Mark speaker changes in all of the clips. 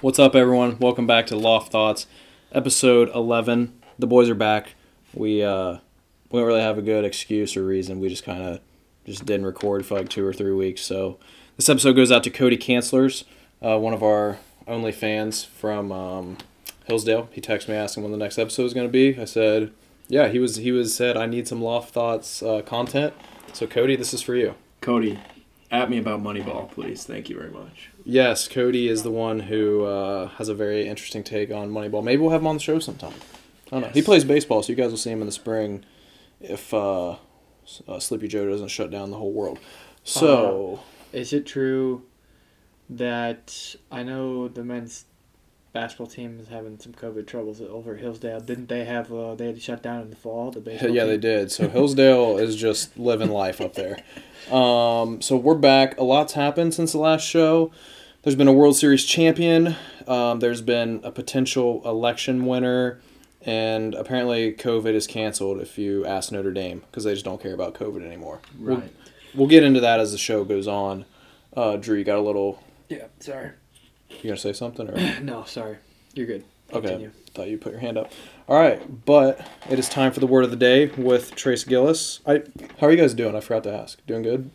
Speaker 1: What's up, everyone? Welcome back to Loft Thoughts, episode 11. The boys are back. We uh, we don't really have a good excuse or reason. We just kind of just didn't record for like two or three weeks. So this episode goes out to Cody Cancelers, uh, one of our only fans from um, Hillsdale. He texted me asking when the next episode was going to be. I said, yeah, he was he was said I need some Loft Thoughts uh, content. So Cody, this is for you.
Speaker 2: Cody, at me about Moneyball, please. Thank you very much.
Speaker 1: Yes, Cody is the one who uh, has a very interesting take on Moneyball. Maybe we'll have him on the show sometime. I don't know. He
Speaker 2: Yes.
Speaker 1: plays baseball, so you guys will see him in the spring if uh, s- uh, Sleepy Joe doesn't shut down the whole world. So,
Speaker 3: Is it true that I know the men's basketball team is having some COVID troubles over at Hillsdale? Didn't they have uh, they had to shut down in the fall? The baseball
Speaker 1: yeah, they
Speaker 3: team?
Speaker 1: did. So Hillsdale is just living life up there. Um, so we're back. A lot's happened since the last show. There's been a World Series champion. Um, there's been a potential election winner, and apparently COVID is canceled if you ask Notre Dame because they just don't care about COVID anymore. We'll-
Speaker 2: Right.
Speaker 1: We'll, get into that as the show goes on. Uh, Drew, you got a little.
Speaker 3: Yeah, sorry.
Speaker 1: You gonna say something or?
Speaker 3: No, sorry. You're good.
Speaker 1: Okay.
Speaker 3: Continue.
Speaker 1: Thought you put your hand up. All right, but it is time for the word of the day with Trace Gillis. I, how are you guys doing? I forgot to ask. Doing good?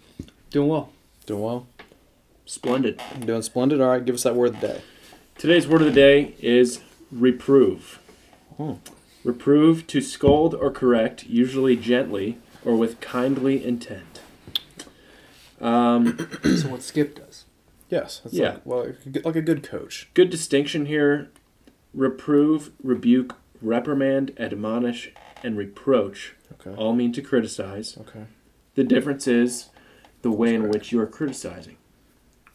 Speaker 3: Doing well.
Speaker 1: Doing well?
Speaker 2: Splendid.
Speaker 1: Doing splendid. All right, give us that word of the day.
Speaker 2: Today's word of the day is reprove.
Speaker 1: Hmm.
Speaker 2: Reprove to scold or correct, usually gently or with kindly intent. Um,
Speaker 3: so what Skip does?
Speaker 1: Yes. That's
Speaker 2: Yeah.
Speaker 1: Like, well, like a good coach.
Speaker 2: good distinction here. Reprove, rebuke, reprimand, admonish, and reproach
Speaker 1: Okay.
Speaker 2: all mean to criticize.
Speaker 1: Okay.
Speaker 2: The difference is the way in which you are criticizing.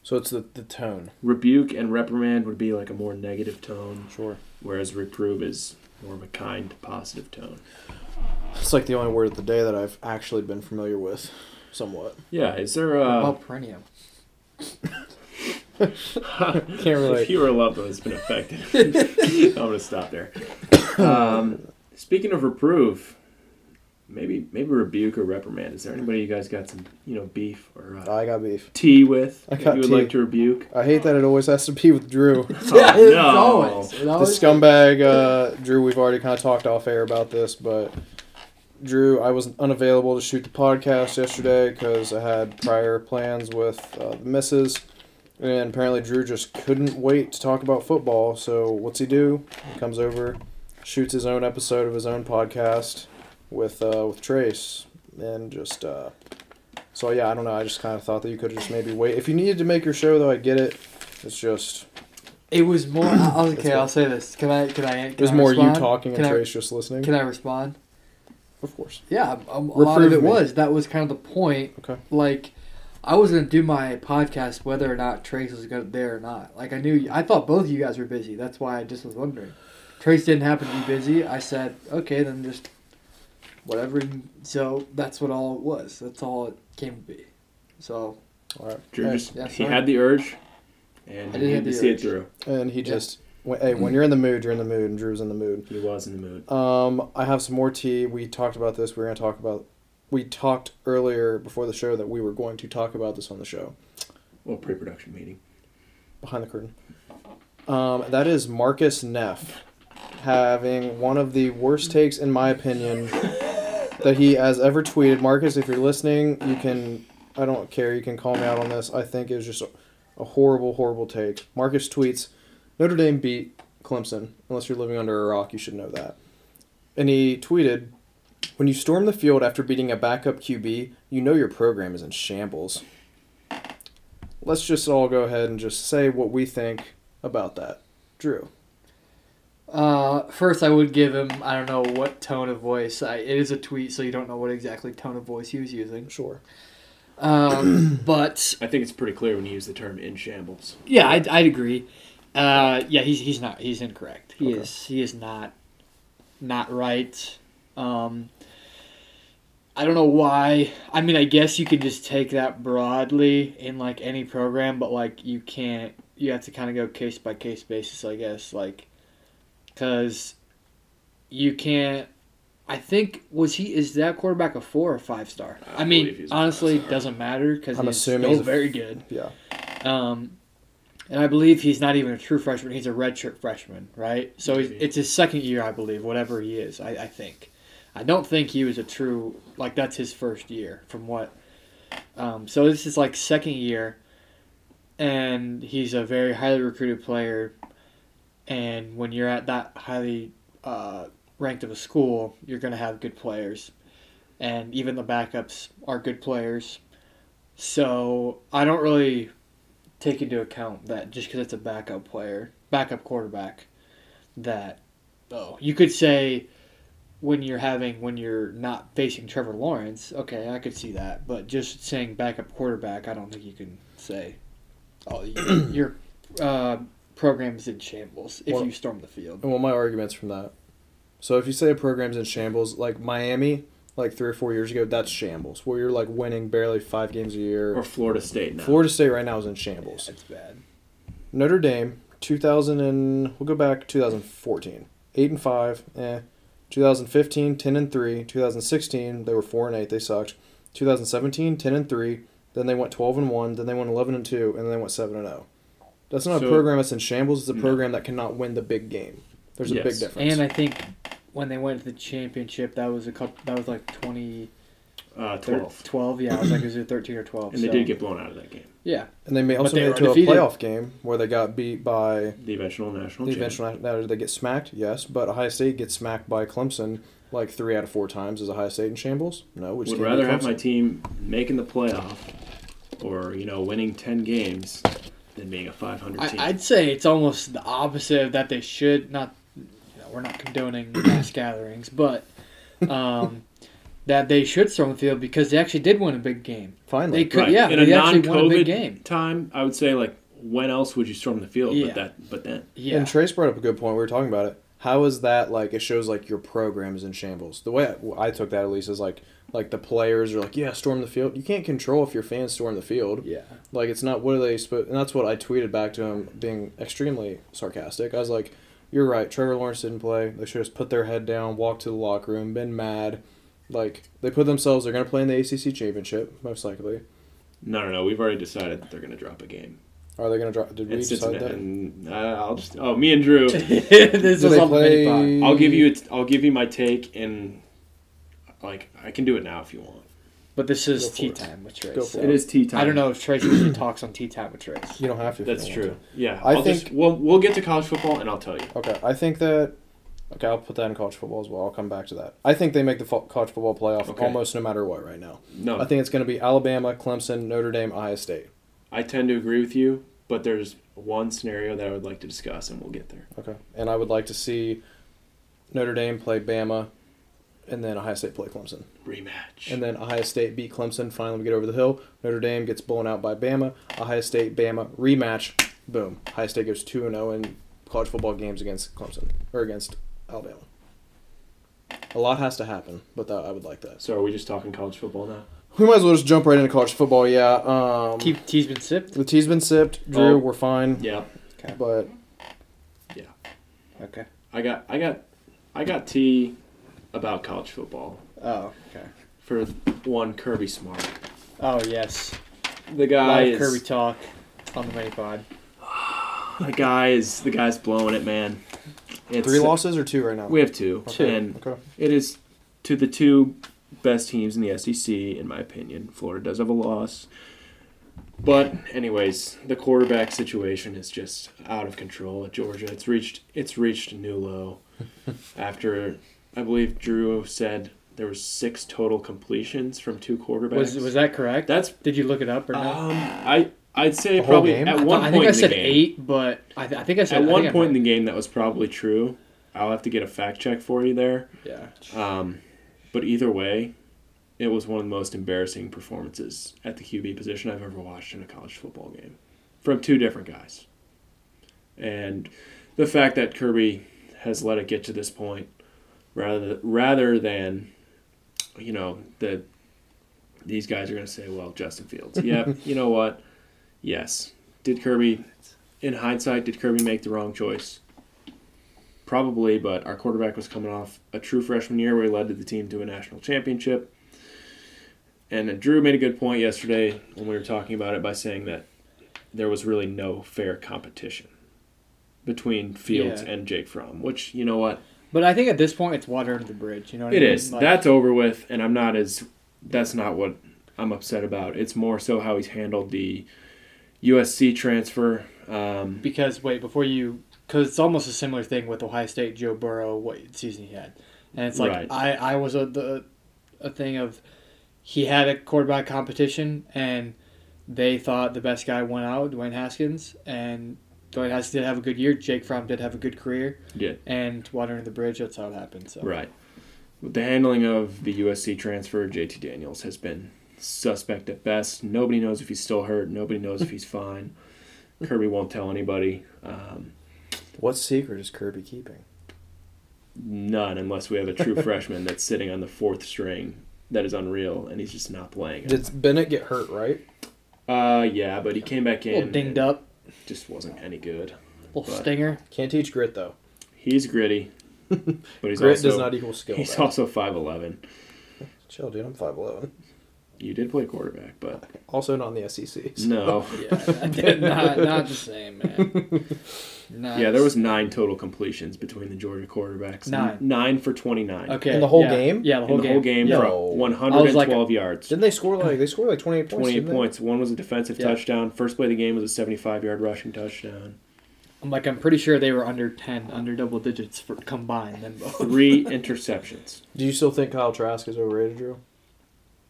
Speaker 1: So it's the, the tone.
Speaker 2: Rebuke and reprimand would be like a more negative tone.
Speaker 1: Sure.
Speaker 2: whereas reprove is more of a kind, positive tone.
Speaker 1: It's like the only word of the day that I've actually been familiar with, somewhat.
Speaker 2: Yeah, is there
Speaker 3: Oh.
Speaker 2: a...
Speaker 3: perennial.
Speaker 1: Can't
Speaker 2: if you or a loved one has been affected, I'm going to stop there. Um, speaking of reprove, maybe maybe rebuke or reprimand. Is there anybody you guys got some you know beef or uh,
Speaker 1: I got beef.
Speaker 2: tea with
Speaker 1: I
Speaker 2: that
Speaker 1: got
Speaker 2: you would
Speaker 1: tea.
Speaker 2: like to rebuke?
Speaker 1: I hate that it always has to be with Drew.
Speaker 2: Yeah,
Speaker 3: it's
Speaker 2: no.
Speaker 3: always. It
Speaker 1: the
Speaker 3: always
Speaker 1: scumbag uh, Drew. We've already kind of talked off air about this, but Drew, I was unavailable to shoot the podcast yesterday because I had prior plans with uh, the misses, and apparently Drew just couldn't wait to talk about football. So what's he do? He comes over, shoots his own episode of his own podcast with uh, with Trace, and just. Uh, so yeah, I don't know. I just kind of thought that you could have just maybe wait. If you needed to make your show, though, I get it. It's just
Speaker 3: It was more. I'll-
Speaker 1: That's
Speaker 3: okay,
Speaker 1: what-
Speaker 3: I'll say this. Can I? Can I? Can
Speaker 1: it was
Speaker 3: I
Speaker 1: more
Speaker 3: respond?
Speaker 1: you talking and
Speaker 3: Can I-
Speaker 1: Trace just listening.
Speaker 3: Can I respond?
Speaker 1: Of course.
Speaker 3: Yeah, a, a lot of
Speaker 1: Reprove
Speaker 3: it
Speaker 1: me.
Speaker 3: was. That was kind of the point.
Speaker 1: Okay.
Speaker 3: Like, I was gonna do my podcast whether or not Trace was gonna there or not. Like, I knew. I thought both of you guys were busy. That's why I just was wondering. Trace didn't happen to be busy. I said, okay, then just whatever. you- So that's what all it was. That's all it came to be. So
Speaker 1: All right.
Speaker 2: Drew
Speaker 1: Hey,
Speaker 2: just
Speaker 3: yeah,
Speaker 2: he
Speaker 3: sorry.
Speaker 2: had the urge, and he
Speaker 3: I did
Speaker 2: had
Speaker 3: have
Speaker 2: to
Speaker 3: the
Speaker 2: see it through.
Speaker 3: urge.
Speaker 1: and he
Speaker 3: Yeah.
Speaker 1: just when- hey, when you're in the mood, you're in the mood, and Drew's in the mood.
Speaker 2: He was in the mood.
Speaker 1: Um, I have some more tea. We talked about this. We were gonna talk about. We talked earlier before the show that we were going to talk about this on the show
Speaker 2: Well, pre-production meeting.
Speaker 1: behind the curtain. Um, that is Marcus Neff having one of the worst takes, in my opinion, that he has ever tweeted. Marcus, if you're listening, you can. I don't care. You can call me out on this. I think it was just a, a horrible, horrible take. Marcus tweets Notre Dame beat Clemson. Unless you're living under a rock, you should know that. And he tweeted When you storm the field after beating a backup QB, you know your program is in shambles. Let's just all go ahead and just say what we think about that. Drew.
Speaker 3: Uh, first, I would give him, I don't know what tone of voice. I, it is a tweet, so you don't know what exactly tone of voice he was using.
Speaker 1: Sure.
Speaker 3: Um, but
Speaker 2: I think it's pretty clear when you use the term "in shambles."
Speaker 3: yeah, I'd, I'd agree. Uh, yeah, he's, he's not, he's incorrect. He
Speaker 1: Okay.
Speaker 3: is, he is not, not right. Um, I don't know why. I mean, I guess you could just take that broadly in like any program, but like you can't, you have to kind of go case by case basis, I guess. Like, cause you can't, I think was he is that quarterback a four or five star?
Speaker 2: I
Speaker 3: I, mean,
Speaker 2: believe he's a
Speaker 3: honestly,
Speaker 2: five-star.
Speaker 3: doesn't matter because
Speaker 1: I'm
Speaker 3: he's
Speaker 1: assuming
Speaker 3: still
Speaker 1: he's a-
Speaker 3: very good.
Speaker 1: Yeah.
Speaker 3: Um, and I believe he's not even a true freshman. He's a redshirt freshman, right? So he's,
Speaker 2: Maybe.
Speaker 3: it's his second year, I believe, whatever he is. I, I think. I don't think he was a true like that's his first year from what. Um, so this is like second year, and he's a very highly recruited player, and when you're at that highly uh, ranked of a school, you're gonna have good players, and even the backups are good players. So I don't really take into account that just because it's a backup player, backup quarterback, that oh, you could say when you're having when you're not facing Trevor Lawrence, okay, I could see that, but just saying backup quarterback, I don't think you can say oh you- your uh, program's in shambles if
Speaker 1: Well-
Speaker 3: you storm the field.
Speaker 1: And well, my arguments from that. So if you say a program's in shambles, like Miami, like three or four years ago, that's shambles, where you're like winning barely five games a year.
Speaker 2: Or Florida State now.
Speaker 1: Florida State right now is in shambles.
Speaker 3: That's bad.
Speaker 1: Notre Dame, 2000 and we'll go back 2014, eight and five. Eh. 2015, 10 and three. 2016, they were four and eight. They sucked. 2017, 10 and three. Then they went 12 and one. Then they went 11 and two, and then they went seven and zero. That's not
Speaker 2: So-
Speaker 1: a program that's in shambles. It's a
Speaker 2: No.
Speaker 1: program that cannot win the big game. There's a
Speaker 2: Yes.
Speaker 1: big difference.
Speaker 3: And I think when they went to the championship, that was a couple. That was like twenty.
Speaker 2: Uh,
Speaker 3: 12.
Speaker 2: 12.
Speaker 3: 12, yeah. I was like, it was either 13 or 12.
Speaker 2: And they
Speaker 3: so-
Speaker 2: did get blown out of that game.
Speaker 3: Yeah.
Speaker 1: And they may also
Speaker 3: they
Speaker 1: made
Speaker 3: were
Speaker 1: it to
Speaker 3: undefeated.
Speaker 1: a playoff game where they got beat by
Speaker 2: The eventual national
Speaker 1: the
Speaker 2: champ.
Speaker 1: eventual. Now, did they get smacked? Yes, but Ohio State gets smacked by Clemson like three out of four times. Is Ohio State in shambles? No. Which
Speaker 2: Would rather have my team making the playoff or, you know, winning 10 games than being a 500 team.
Speaker 3: I, I'd say it's almost the opposite of that they should not. You know, we're not condoning mass gatherings, but um, that they should storm the field because they actually did win a big game.
Speaker 1: finally.
Speaker 3: They could, yeah,
Speaker 2: In a
Speaker 3: they actually won a
Speaker 2: non-COVID
Speaker 3: big game.
Speaker 2: time, I would say, like, when else would you storm the field
Speaker 3: Yeah.
Speaker 2: but that? But then.
Speaker 3: Yeah,
Speaker 1: And Trace brought up a good point. We were talking about it. How is that like? It shows like your program is in shambles. The way I, I took that at least is like like the players are like, yeah, storm the field. You can't control if your fans storm the field.
Speaker 3: yeah.
Speaker 1: Like it's not what are they supposed. And that's what I tweeted back to him, being extremely sarcastic. I was like, "You're right. Trevor Lawrence didn't play. They should have put their head down, walked to the locker room, been mad. Like they put themselves. They're gonna play in the ACC championship most likely.
Speaker 2: No, no, no. We've already decided that they're going to drop a game.
Speaker 1: Are they gonna drop? Did we
Speaker 2: It's
Speaker 1: decide that?
Speaker 2: Cincinnati. And, uh, I'll just. Oh, me and Drew.
Speaker 3: this
Speaker 1: Do
Speaker 3: was
Speaker 1: they
Speaker 3: on the mini pod.
Speaker 1: play?
Speaker 2: I'll give you. i I'll give you my take, and like I can do it now if you want.
Speaker 3: But this is
Speaker 1: for
Speaker 3: tea
Speaker 1: it.
Speaker 3: time with Trace.
Speaker 1: Go for
Speaker 3: so-
Speaker 1: it. It
Speaker 2: is tea time.
Speaker 3: I don't know if Trace usually talks on tea time with Trace.
Speaker 1: You don't have to. if you
Speaker 2: That's
Speaker 1: don't
Speaker 2: true.
Speaker 1: want
Speaker 2: Yeah.
Speaker 1: I
Speaker 2: I will Just,
Speaker 1: think-
Speaker 2: we'll we'll get to college football, and I'll tell you.
Speaker 1: to. Okay, I think that. Okay, I'll put that in college football as well. I'll come back to that. I think they make the fo- college football playoff
Speaker 2: Okay. Oh.
Speaker 1: almost no matter what right now.
Speaker 2: No,
Speaker 1: I think it's going to be Alabama, Clemson, Notre Dame, Ohio State.
Speaker 2: I tend to agree with you, but there's one scenario that I would like to discuss, and we'll get there.
Speaker 1: Okay. And I would like to see Notre Dame play Bama and then Ohio State play Clemson.
Speaker 2: Rematch.
Speaker 1: And then Ohio State beat Clemson. Finally, we get over the hill. Notre Dame gets blown out by Bama. Ohio State, Bama, rematch. Boom. Ohio State goes 2 0 in college football games against Clemson or against Alabama. A lot has to happen, but that, I would like that.
Speaker 2: so are we just talking college football now?
Speaker 1: We might as well just jump right into college football. Yeah. Um,
Speaker 3: Keep tea's been sipped.
Speaker 1: the tea's been sipped. Drew,
Speaker 2: Oh.
Speaker 1: we're fine.
Speaker 2: Yeah.
Speaker 1: But
Speaker 3: Okay.
Speaker 2: I got I got I got tea about college football
Speaker 3: Oh, okay.
Speaker 2: for one Kirby Smart.
Speaker 3: Oh yes.
Speaker 2: The guy
Speaker 3: Live
Speaker 2: is
Speaker 3: Kirby talk on the mini pod.
Speaker 2: the guy is the guy's blowing it, man. It's,
Speaker 1: three losses or two right now?
Speaker 2: We have two,
Speaker 3: Two.
Speaker 2: and
Speaker 1: okay.
Speaker 2: It is to the two best teams in the SEC, in my opinion. Florida does have a loss. But anyways, the quarterback situation is just out of control at Georgia. It's reached it's reached a new low after I believe Drew said there was six total completions from two quarterbacks.
Speaker 3: Was was that correct?
Speaker 2: That's
Speaker 3: Did you look it up or
Speaker 2: um
Speaker 3: not?
Speaker 2: I I'd say
Speaker 1: whole
Speaker 2: probably
Speaker 1: game?
Speaker 2: at
Speaker 1: I
Speaker 3: I,
Speaker 2: one point
Speaker 3: thought- I think I
Speaker 2: in the
Speaker 3: said
Speaker 2: game-
Speaker 3: eight, but I, th- I think I said
Speaker 2: At
Speaker 3: I
Speaker 2: one
Speaker 3: think I
Speaker 2: point in
Speaker 3: might-
Speaker 2: the game that was probably true. I'll have to get a fact check for you there.
Speaker 3: yeah.
Speaker 2: Um, but either way, it was one of the most embarrassing performances at the QB position I've ever watched in a college football game from two different guys. And the fact that Kirby has let it get to this point rather rather than you know the these guys are going to say, well, Justin Fields. Yep, you know what? Yes. Did Kirby in hindsight did Kirby make the wrong choice? Probably, but our quarterback was coming off a true freshman year where he led the team to a national championship. And Drew made a good point yesterday when we were talking about it by saying that there was really no fair competition between Fields
Speaker 3: Yeah.
Speaker 2: and Jake Fromm, which you know what
Speaker 3: But I think at this point, it's water under the bridge. You know what I
Speaker 2: it
Speaker 3: mean?
Speaker 2: is.
Speaker 3: Like,
Speaker 2: that's over with, and I'm not as. That's not what I'm upset about. It's more so how he's handled the USC transfer. Um,
Speaker 3: because wait before you because it's almost a similar thing with Ohio State Joe Burrow what season he had, and it's like
Speaker 2: Right.
Speaker 3: I I was a the a thing of he had a quarterback competition and they thought the best guy went out Dwayne Haskins and Dwayne Haskins did have a good year Jake Fromm did have a good career
Speaker 2: Did.
Speaker 3: and water under the bridge that's how it happened so
Speaker 2: Right. With the handling of the USC transfer, JT Daniels has been suspect at best. Nobody knows if he's still hurt. Nobody knows if he's fine. Kirby won't tell anybody. Um,
Speaker 1: What secret is Kirby keeping?
Speaker 2: none, unless we have a true freshman that's sitting on the fourth string that is unreal and he's just not playing.
Speaker 1: Did Bennett get hurt, right?
Speaker 2: Uh, yeah, but he came back
Speaker 3: a
Speaker 2: in.
Speaker 3: little
Speaker 2: and
Speaker 3: dinged up
Speaker 2: Just wasn't any good.
Speaker 3: little
Speaker 2: But-
Speaker 3: stinger
Speaker 1: Can't teach grit though.
Speaker 2: He's gritty, but he's
Speaker 1: grit
Speaker 2: also
Speaker 1: does not equal skill.
Speaker 2: he's
Speaker 1: though.
Speaker 2: also five eleven.
Speaker 1: Chill, dude. I'm five eleven.
Speaker 2: You did play quarterback, but
Speaker 1: Also not in the E SEC. so-
Speaker 2: no.
Speaker 3: yeah not not the same man Not
Speaker 2: Yeah, there
Speaker 3: the
Speaker 2: was nine total completions between the Georgia quarterbacks.
Speaker 3: Nine.
Speaker 2: Nine for 29.
Speaker 3: Okay.
Speaker 1: In the whole
Speaker 3: yeah.
Speaker 1: game?
Speaker 3: Yeah, the
Speaker 2: In
Speaker 3: whole
Speaker 2: the
Speaker 3: game.
Speaker 2: whole game,
Speaker 1: Yeah.
Speaker 2: for
Speaker 1: No.
Speaker 2: 112
Speaker 3: I
Speaker 2: yards.
Speaker 1: Didn't they score like they scored like twenty eight points?
Speaker 2: 28
Speaker 1: didn't they?
Speaker 2: points. One was a defensive
Speaker 3: Yeah.
Speaker 2: touchdown. First play of the game was a 75 yard rushing touchdown.
Speaker 3: I'm like, I'm pretty sure they were under 10, under double digits for combined, them both.
Speaker 2: Three interceptions.
Speaker 1: Do you still think Kyle Trask is overrated, Drew?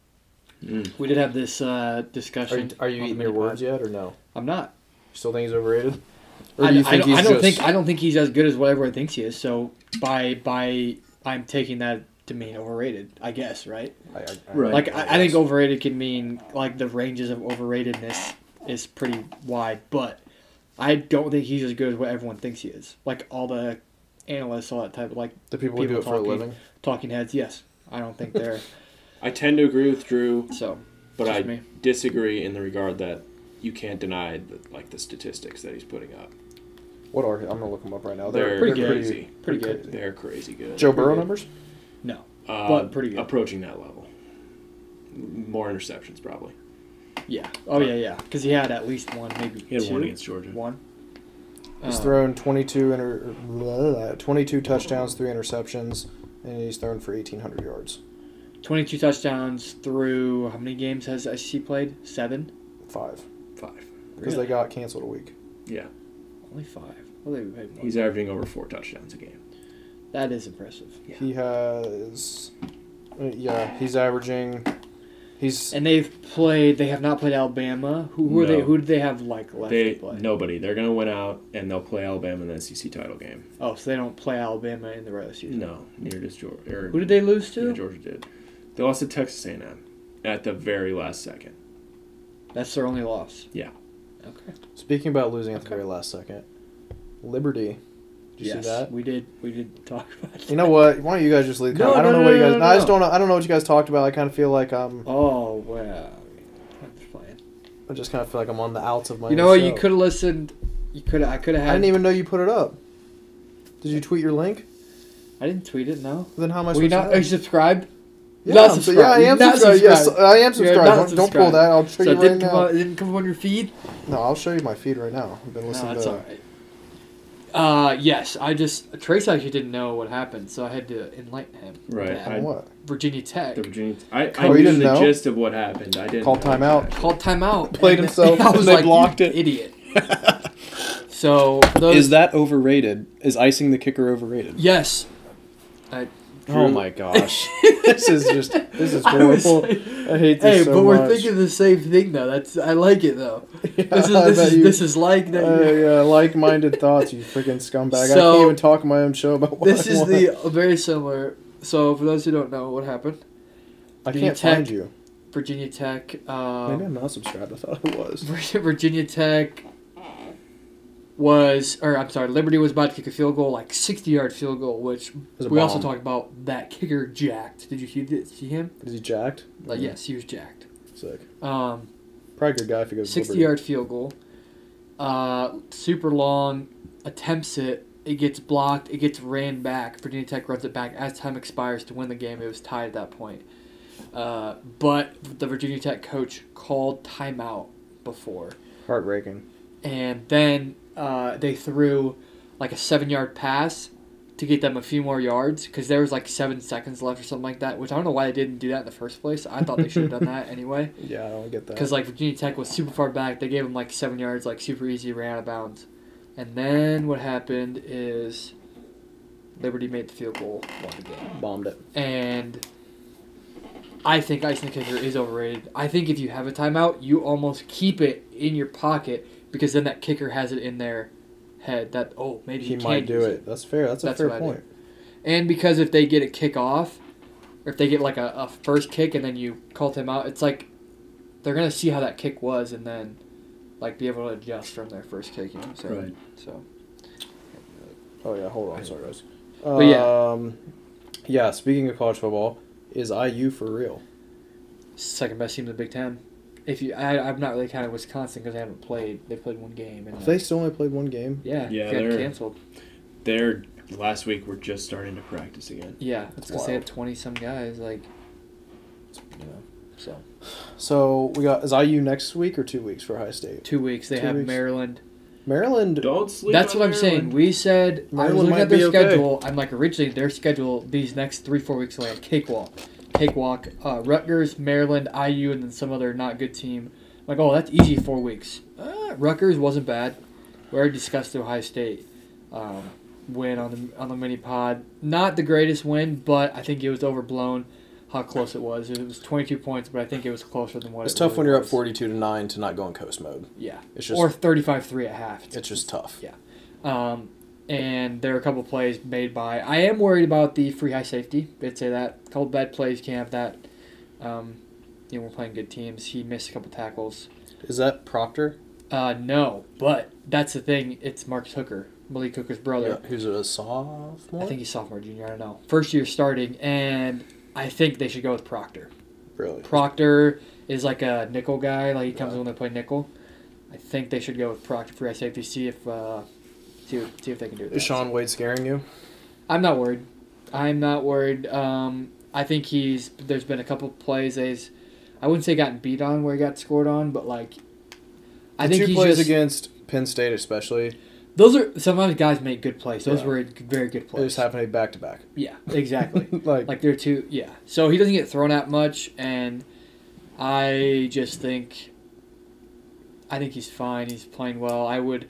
Speaker 3: We did have this uh,
Speaker 1: Are
Speaker 3: discussion.
Speaker 1: you, are you
Speaker 3: on the
Speaker 1: eating your
Speaker 3: mini
Speaker 1: words
Speaker 3: pod.
Speaker 1: yet, or no?
Speaker 3: I'm not.
Speaker 1: You still think he's overrated?
Speaker 3: I,
Speaker 1: do you
Speaker 3: I don't, I don't
Speaker 1: just-
Speaker 3: think I don't think he's as good as what everyone thinks he is. So by by, I'm taking that to mean overrated. I guess right.
Speaker 1: I, I,
Speaker 2: Right.
Speaker 3: Like I, I think
Speaker 1: guess.
Speaker 3: overrated can mean like the ranges of overratedness is pretty wide, but I don't think he's as good as what everyone thinks he is. Like all the analysts, all that type of like
Speaker 1: the people, who do
Speaker 3: people
Speaker 1: it for a
Speaker 3: talking.
Speaker 1: living.
Speaker 3: talking heads. Yes, I don't think they're
Speaker 2: I tend to agree with Drew,
Speaker 3: so.
Speaker 2: but
Speaker 3: Just
Speaker 2: I
Speaker 3: me.
Speaker 2: disagree in the regard that you can't deny the, like the statistics that he's putting up.
Speaker 1: What are I'm gonna look them up right now.
Speaker 2: They're
Speaker 1: They're,
Speaker 3: Oh, pretty Uh-huh.
Speaker 1: they're
Speaker 3: good.
Speaker 1: Pretty,
Speaker 3: Pretty good.
Speaker 1: crazy.
Speaker 2: They're crazy good.
Speaker 1: Joe Burrow numbers.
Speaker 3: No.
Speaker 2: Uh,
Speaker 3: but pretty good.
Speaker 2: Approaching that level. More interceptions, probably.
Speaker 3: Yeah. Oh yeah, yeah. Because he had at least one, maybe
Speaker 2: He had
Speaker 3: two.
Speaker 2: one against Georgia.
Speaker 3: One.
Speaker 1: He's
Speaker 3: Uh,
Speaker 1: thrown 22 inter, blah, blah, blah, 22 touchdowns, three interceptions, and he's thrown for 1,800 yards.
Speaker 3: Twenty-two touchdowns through how many games has SC played? Seven.
Speaker 1: Five.
Speaker 2: Five.
Speaker 1: Because
Speaker 3: Really?
Speaker 1: they got canceled a week.
Speaker 2: Yeah.
Speaker 3: Only five. Well, they played more.
Speaker 2: He's averaging over four touchdowns a game.
Speaker 3: That is impressive.
Speaker 2: Yeah.
Speaker 1: He has. uh, Yeah, he's averaging. He's.
Speaker 3: And they've played. They have not played Alabama. Who, who are
Speaker 2: No.
Speaker 3: they? Who do they have like left
Speaker 2: They
Speaker 3: to play?
Speaker 2: nobody. They're gonna win out and they'll play Alabama in the SEC title game.
Speaker 3: Oh, so they don't play Alabama in the regular season.
Speaker 2: No, near does Georgia. Or,
Speaker 3: Who did they lose to?
Speaker 2: yeah, Georgia did. They lost to Texas A&M at the very last second.
Speaker 3: That's their only loss.
Speaker 2: Yeah.
Speaker 3: Okay.
Speaker 1: Speaking about losing at the
Speaker 3: Okay.
Speaker 1: very last second, Liberty. Did you
Speaker 3: yes,
Speaker 1: see that?
Speaker 3: we did. We did talk about.
Speaker 1: You know what? Why don't you guys just leave?
Speaker 3: No,
Speaker 1: I don't
Speaker 3: no,
Speaker 1: know
Speaker 3: no,
Speaker 1: what you
Speaker 3: no,
Speaker 1: guys.
Speaker 3: no, no,
Speaker 1: I just
Speaker 3: no.
Speaker 1: don't. know- I don't know what you guys talked about. I kind of feel like I'm.
Speaker 3: Oh well. I'm fine.
Speaker 1: I just kind of feel like I'm on the outs of my.
Speaker 3: You
Speaker 1: own
Speaker 3: know, what? you
Speaker 1: show.
Speaker 3: could have listened. You could. I could have
Speaker 1: I
Speaker 3: had.
Speaker 1: didn't even know you put it up. Did you tweet your link?
Speaker 3: I didn't tweet it. No.
Speaker 1: Then how am I
Speaker 3: Were you
Speaker 1: supposed to?
Speaker 3: not?
Speaker 1: know?
Speaker 3: Are you subscribed?
Speaker 1: yeah,
Speaker 3: not
Speaker 1: I'm su-
Speaker 3: subscribed?
Speaker 1: yeah, I am
Speaker 3: You're not
Speaker 1: subscribed. Yes,
Speaker 3: subscribed.
Speaker 1: I am
Speaker 3: You're
Speaker 1: subscribed. Don't,
Speaker 3: not
Speaker 1: don't pull
Speaker 3: subscribed.
Speaker 1: that. I'll show
Speaker 3: so
Speaker 1: you
Speaker 3: it
Speaker 1: right
Speaker 3: didn't come
Speaker 1: now.
Speaker 3: on, it didn't come on your feed.
Speaker 1: No, I'll show you my feed right now. I've been
Speaker 3: No,
Speaker 1: listening
Speaker 3: that's
Speaker 1: to.
Speaker 3: all right. Uh, yes, I just Trace actually didn't know what happened, so I had to enlighten him.
Speaker 2: Right,
Speaker 3: that
Speaker 2: I-
Speaker 1: What?
Speaker 3: Virginia Tech
Speaker 2: The Virginia. I, I
Speaker 1: Oh, you
Speaker 2: knew the
Speaker 1: didn't know?
Speaker 2: gist of what happened. I didn't.
Speaker 1: Called
Speaker 2: know
Speaker 1: timeout.
Speaker 2: that.
Speaker 3: called timeout.
Speaker 1: Played
Speaker 3: and
Speaker 1: himself,
Speaker 3: I was
Speaker 1: they
Speaker 3: like,
Speaker 1: blocked
Speaker 3: "You
Speaker 1: it."
Speaker 3: Idiot. so those,
Speaker 1: that overrated? Is icing the kicker overrated?
Speaker 3: yes. I,
Speaker 1: Oh my gosh, this is just this is
Speaker 3: I was
Speaker 1: horrible.
Speaker 3: like-
Speaker 1: I hate this
Speaker 3: hey,
Speaker 1: so
Speaker 3: but we're
Speaker 1: much.
Speaker 3: thinking the same thing though. That's I like it though. This is
Speaker 1: I
Speaker 3: this
Speaker 1: bet
Speaker 3: is,
Speaker 1: you-
Speaker 3: this is like that.
Speaker 1: Uh,
Speaker 3: you're-
Speaker 1: yeah, like-minded thoughts, you freaking scumbag. I
Speaker 3: So-
Speaker 1: can't even talk on my own show about what
Speaker 3: this
Speaker 1: I
Speaker 3: is
Speaker 1: want.
Speaker 3: the very similar. So for those who don't know what happened,
Speaker 1: I
Speaker 3: the
Speaker 1: can't
Speaker 3: tech-
Speaker 1: find you.
Speaker 3: Virginia Tech.
Speaker 1: Maybe
Speaker 3: Um,
Speaker 1: I'm not subscribed. I thought I was.
Speaker 3: Virginia Tech was, or I'm sorry, Liberty was about to kick a field goal, like 60 yard field goal, which
Speaker 1: was a
Speaker 3: we also
Speaker 1: bomb.
Speaker 3: talked about that kicker jacked. Did you see, th- see him?
Speaker 1: Is he jacked?
Speaker 3: Like, yes, he was jacked.
Speaker 1: Sick.
Speaker 3: Um,
Speaker 1: Probably a good guy if he goes. to
Speaker 3: 60
Speaker 1: Liberty.
Speaker 3: yard field goal. Uh, super long, attempts it. It gets blocked. It gets ran back. Virginia Tech runs it back as time expires to win the game. It was tied at that point. Uh, but the Virginia Tech coach called timeout before.
Speaker 1: heartbreaking.
Speaker 3: and then uh, they threw like a seven yard pass to get them a few more yards because there was like seven seconds left or something like that. Which I don't know why they didn't do that in the first place. I thought they should have done that anyway
Speaker 1: Yeah, I don't get that.
Speaker 3: because like Virginia Tech was super far back. They gave them like seven yards, like super easy, ran out of bounds. And then what happened is Liberty made the field goal once again
Speaker 1: bombed it.
Speaker 3: and I think icing the kicker is overrated. I think if you have a timeout, you almost keep it in your pocket because then that kicker has it in their head that oh maybe
Speaker 1: He
Speaker 3: he
Speaker 1: might
Speaker 3: can
Speaker 1: do
Speaker 3: use
Speaker 1: it. That's fair. That's a
Speaker 3: That's
Speaker 1: fair
Speaker 3: what I
Speaker 1: point.
Speaker 3: And because if they get a kick off, or if they get like a, a first kick and then you call him out, it's like they're gonna see how that kick was and then like be able to adjust from their first kick. You know, so
Speaker 2: Right.
Speaker 3: so
Speaker 1: Oh yeah, hold on, sorry guys. Um,
Speaker 3: But yeah.
Speaker 1: yeah, speaking of college football, is IU for real?
Speaker 3: second best team in the Big Ten. If you, I, I'm not really counting Wisconsin because they haven't played. They played one game and
Speaker 1: If they still only played one game,
Speaker 3: yeah,
Speaker 2: Yeah,
Speaker 3: got
Speaker 2: they're-
Speaker 3: canceled.
Speaker 2: They're last week. We're just starting to practice again.
Speaker 3: Yeah, it's because they
Speaker 1: wild.
Speaker 3: had twenty some guys. Like,
Speaker 1: you know.
Speaker 3: so
Speaker 1: So we got is IU next week or two weeks for High State?
Speaker 3: two weeks they
Speaker 1: Two
Speaker 3: have
Speaker 1: weeks.
Speaker 3: Maryland.
Speaker 1: Maryland.
Speaker 2: Don't sleep.
Speaker 3: That's
Speaker 2: on
Speaker 3: what I'm saying.
Speaker 2: Maryland.
Speaker 3: We said I
Speaker 1: Maryland
Speaker 3: was looking
Speaker 1: might
Speaker 3: at their
Speaker 1: be okay.
Speaker 3: schedule. I'm like originally their schedule these next three four weeks away a cakewalk, cakewalk. Uh, Rutgers, Maryland, IU, and then some other not good team. I'm like oh that's easy four weeks. Uh, Rutgers wasn't bad. We already discussed the Ohio State um, win on the on the mini pod. Not the greatest win, but I think it was overblown. How close it was. It was 22 points, but I think it was closer than what
Speaker 1: It's
Speaker 3: it
Speaker 1: tough
Speaker 3: really
Speaker 1: when you're up
Speaker 3: was.
Speaker 1: forty-two to nine to not go in coast mode.
Speaker 3: Yeah.
Speaker 1: It's just
Speaker 3: or 35 3 at half.
Speaker 1: it's just tough.
Speaker 3: Yeah. Um, and there are a couple plays made by. I am worried about the free high safety. I'd say that. A couple bad plays can't have that. Um, you know, we're playing good teams. He missed a couple tackles.
Speaker 1: Is that Proctor?
Speaker 3: Uh, no, but that's the thing. It's Marcus Hooker, Malik Hooker's brother.
Speaker 1: Yeah, who's a sophomore?
Speaker 3: I think he's sophomore, junior. I don't know. First year starting, and I think they should go with Proctor.
Speaker 1: really.
Speaker 3: Proctor is like a nickel guy. Like he comes
Speaker 1: Yeah.
Speaker 3: when they play nickel. I think they should go with Proctor free high safety. See if uh, see, see if they can do it.
Speaker 1: Is Sean Wade scaring you?
Speaker 3: I'm not worried. I'm not worried. Um, I think he's. There's been a couple plays that he's. I wouldn't say gotten beat on where he got scored on, but like. I
Speaker 1: the
Speaker 3: think
Speaker 1: two
Speaker 3: he's
Speaker 1: plays
Speaker 3: just,
Speaker 1: against Penn State, especially,
Speaker 3: Those are sometimes guys make good plays. Those
Speaker 1: Yeah.
Speaker 3: were very good
Speaker 1: it
Speaker 3: plays.
Speaker 1: just happened to be back to back.
Speaker 3: Yeah, exactly.
Speaker 1: Like,
Speaker 3: like they're two. Yeah, so he doesn't get thrown out much, and I just think. I think he's fine. He's playing well. I would.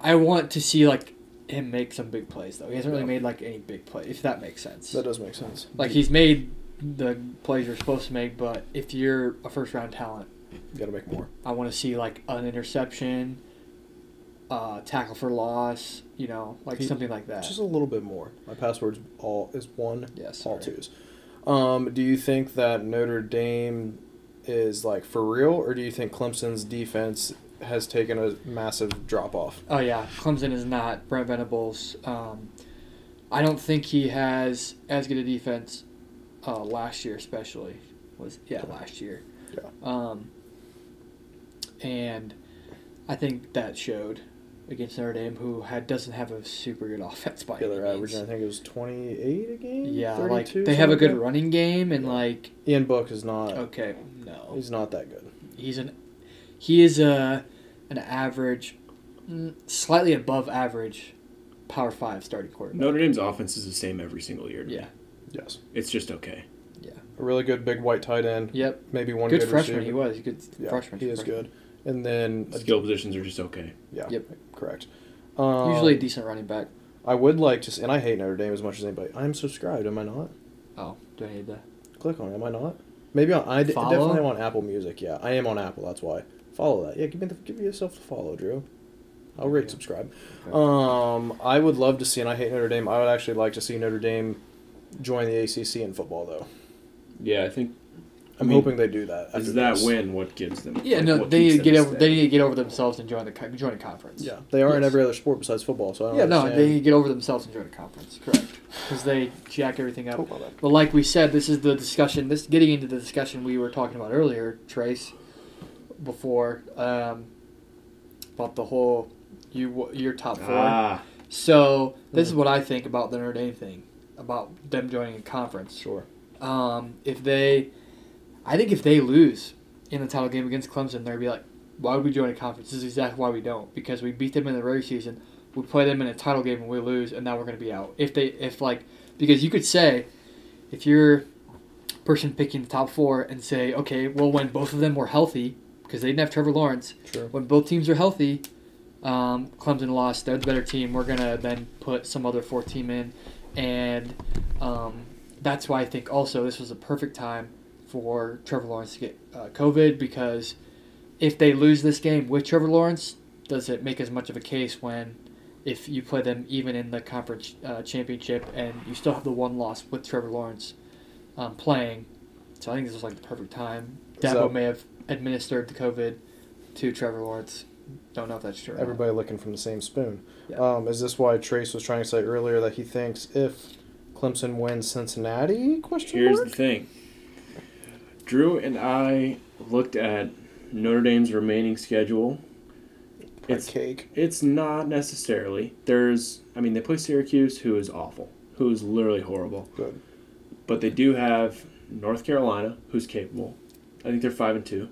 Speaker 3: I want to see like him make some big plays though. He hasn't really
Speaker 1: Yeah.
Speaker 3: made like any big play, if that makes sense.
Speaker 1: that does make sense.
Speaker 3: Like he's made the plays you're supposed to make, but if you're a first round talent,
Speaker 1: you gotta make more.
Speaker 3: I want to see like an interception, uh, tackle for loss, you know, like
Speaker 1: He-
Speaker 3: something like that.
Speaker 1: Just a little bit more. My password's all is one
Speaker 3: yes.
Speaker 1: all
Speaker 3: sorry.
Speaker 1: twos. Um, do you think that Notre Dame is like for real, or do you think Clemson's defense has taken a massive drop off?
Speaker 3: Oh yeah, Clemson is not Brent Venables. Um, I don't think he has as good a defense uh, last year, especially was yeah last year.
Speaker 1: Yeah.
Speaker 3: Um, and I think that showed against Notre Dame, who had doesn't have a super good offense by
Speaker 1: Yeah,
Speaker 3: any
Speaker 1: they're
Speaker 3: means.
Speaker 1: averaging. I think it was twenty eight a game.
Speaker 3: Yeah,
Speaker 1: 32,
Speaker 3: like they
Speaker 1: something
Speaker 3: have a Oh. good
Speaker 1: that.
Speaker 3: running game, and
Speaker 1: Yeah.
Speaker 3: like
Speaker 1: Ian Book is not.
Speaker 3: okay, no,
Speaker 1: He's not that good.
Speaker 3: he's an he is a an average, mm, slightly above average, power five starting quarterback.
Speaker 2: Notre Dame's offense is the same every single year. to me.
Speaker 3: Yeah.
Speaker 1: Yes,
Speaker 2: it's just okay.
Speaker 1: a really good big white tight end.
Speaker 3: Yep.
Speaker 1: Maybe one
Speaker 3: good
Speaker 1: good
Speaker 3: freshman he
Speaker 1: receiver.
Speaker 3: was. Good
Speaker 1: Yeah,
Speaker 3: freshman.
Speaker 1: he is
Speaker 3: freshman.
Speaker 1: good. And then
Speaker 2: Skill positions are just okay.
Speaker 1: yeah,
Speaker 3: Yep.
Speaker 1: correct. Um,
Speaker 3: Usually a decent running back.
Speaker 1: I would like to, s- and I hate Notre Dame as much as anybody. I'm subscribed, am I not?
Speaker 3: Oh, do I need that?
Speaker 1: Click on it. Am I not? Maybe on, I d-
Speaker 3: Follow?
Speaker 1: definitely am on Apple Music. Yeah, I am on Apple. That's why. Follow that. Yeah, give me the, give yourself the follow, Drew. I'll rate
Speaker 3: Yeah.
Speaker 1: subscribe.
Speaker 3: Okay.
Speaker 1: Um, I would love to see, and I hate Notre Dame. I would actually like to see Notre Dame join the ACC in football, though.
Speaker 2: Yeah, I think
Speaker 1: I'm
Speaker 2: mean,
Speaker 1: hoping they do that. after
Speaker 2: is that
Speaker 1: this.
Speaker 2: win what gives them.
Speaker 3: Yeah,
Speaker 2: like,
Speaker 3: no,
Speaker 2: what
Speaker 3: they need
Speaker 2: keeps
Speaker 3: to get
Speaker 2: them
Speaker 3: over. They
Speaker 2: steady?
Speaker 3: need to get over themselves and join the co- join a conference.
Speaker 1: Yeah, they are in
Speaker 3: Yes.
Speaker 1: every other sport besides football. So I don't
Speaker 3: Yeah, no,
Speaker 1: understand.
Speaker 3: they need to get over themselves and join a conference. Correct. Because they jack everything up.
Speaker 1: Oh, my bad.
Speaker 3: But like we said, this is the discussion. This getting into the discussion we were talking about earlier, Trace, before um, about the whole you your top four.
Speaker 2: Ah,
Speaker 3: So this is what I think about the Notre Dame thing, about them joining a conference.
Speaker 1: Sure.
Speaker 3: Um, if they, I think if they lose in the title game against Clemson, they'd be like, why would we join a conference? This is exactly why we don't. Because we beat them in the regular season, we play them in a title game and we lose, and now we're going to be out. If they, if like, because you could say, if you're person picking the top four and say, okay, well, when both of them were healthy, because they didn't have Trevor Lawrence,
Speaker 1: Sure.
Speaker 3: when both teams are healthy, um, Clemson lost. They're the better team. We're gonna then put some other fourth team in, and um, that's why I think also this was a perfect time for Trevor Lawrence to get uh, COVID because if they lose this game with Trevor Lawrence, does it make as much of a case when if you play them even in the conference uh, championship and you still have the one loss with Trevor Lawrence um, playing? So I think this was like the perfect time. Dabo
Speaker 1: So-
Speaker 3: may have administered the COVID to Trevor Lawrence. Don't know if that's true. or not.
Speaker 1: Everybody looking from the same spoon.
Speaker 3: Yeah.
Speaker 1: Um, is this why Trace was trying to say earlier that he thinks if Clemson wins Cincinnati? Question
Speaker 2: Here's
Speaker 1: mark.
Speaker 2: the thing. Drew and I looked at Notre Dame's remaining schedule.
Speaker 1: My
Speaker 2: It's
Speaker 1: cake.
Speaker 2: it's not necessarily. There's I mean they play Syracuse who is awful. Who is literally horrible.
Speaker 1: Good.
Speaker 2: But they do have North Carolina who's capable. I think they're 5 and 2.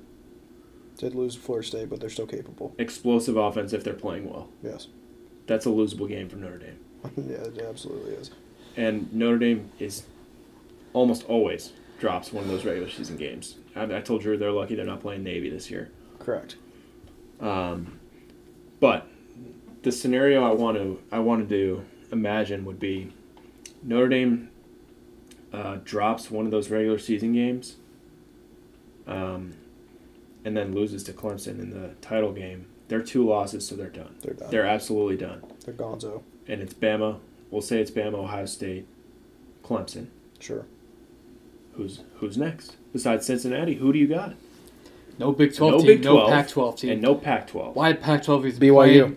Speaker 1: Did lose to Florida State, but they're still capable.
Speaker 2: Explosive offense if they're playing well.
Speaker 1: Yes.
Speaker 2: That's a losable game for Notre Dame.
Speaker 1: yeah, it absolutely is.
Speaker 2: and Notre Dame is almost always drops one of those regular season games. I, I told Drew they're lucky they're not playing Navy this year.
Speaker 1: Correct.
Speaker 2: Um, but the scenario I want to I wanted to imagine would be Notre Dame uh, drops one of those regular season games, um, and then loses to Clemson in the title game. They're two losses, so they're done.
Speaker 1: They're done. They're,
Speaker 2: They're absolutely done.
Speaker 1: gonzo.
Speaker 2: And it's Bama. We'll say it's Bama, Ohio State, Clemson.
Speaker 1: Sure.
Speaker 2: Who's who's next? Besides Cincinnati, who do you got?
Speaker 3: No Big 12
Speaker 2: No
Speaker 3: team,
Speaker 2: Big
Speaker 3: no
Speaker 2: 12,
Speaker 3: Pac 12 team.
Speaker 2: And no Pac-12.
Speaker 3: Why Pac 12 is
Speaker 1: BYU.
Speaker 3: playing-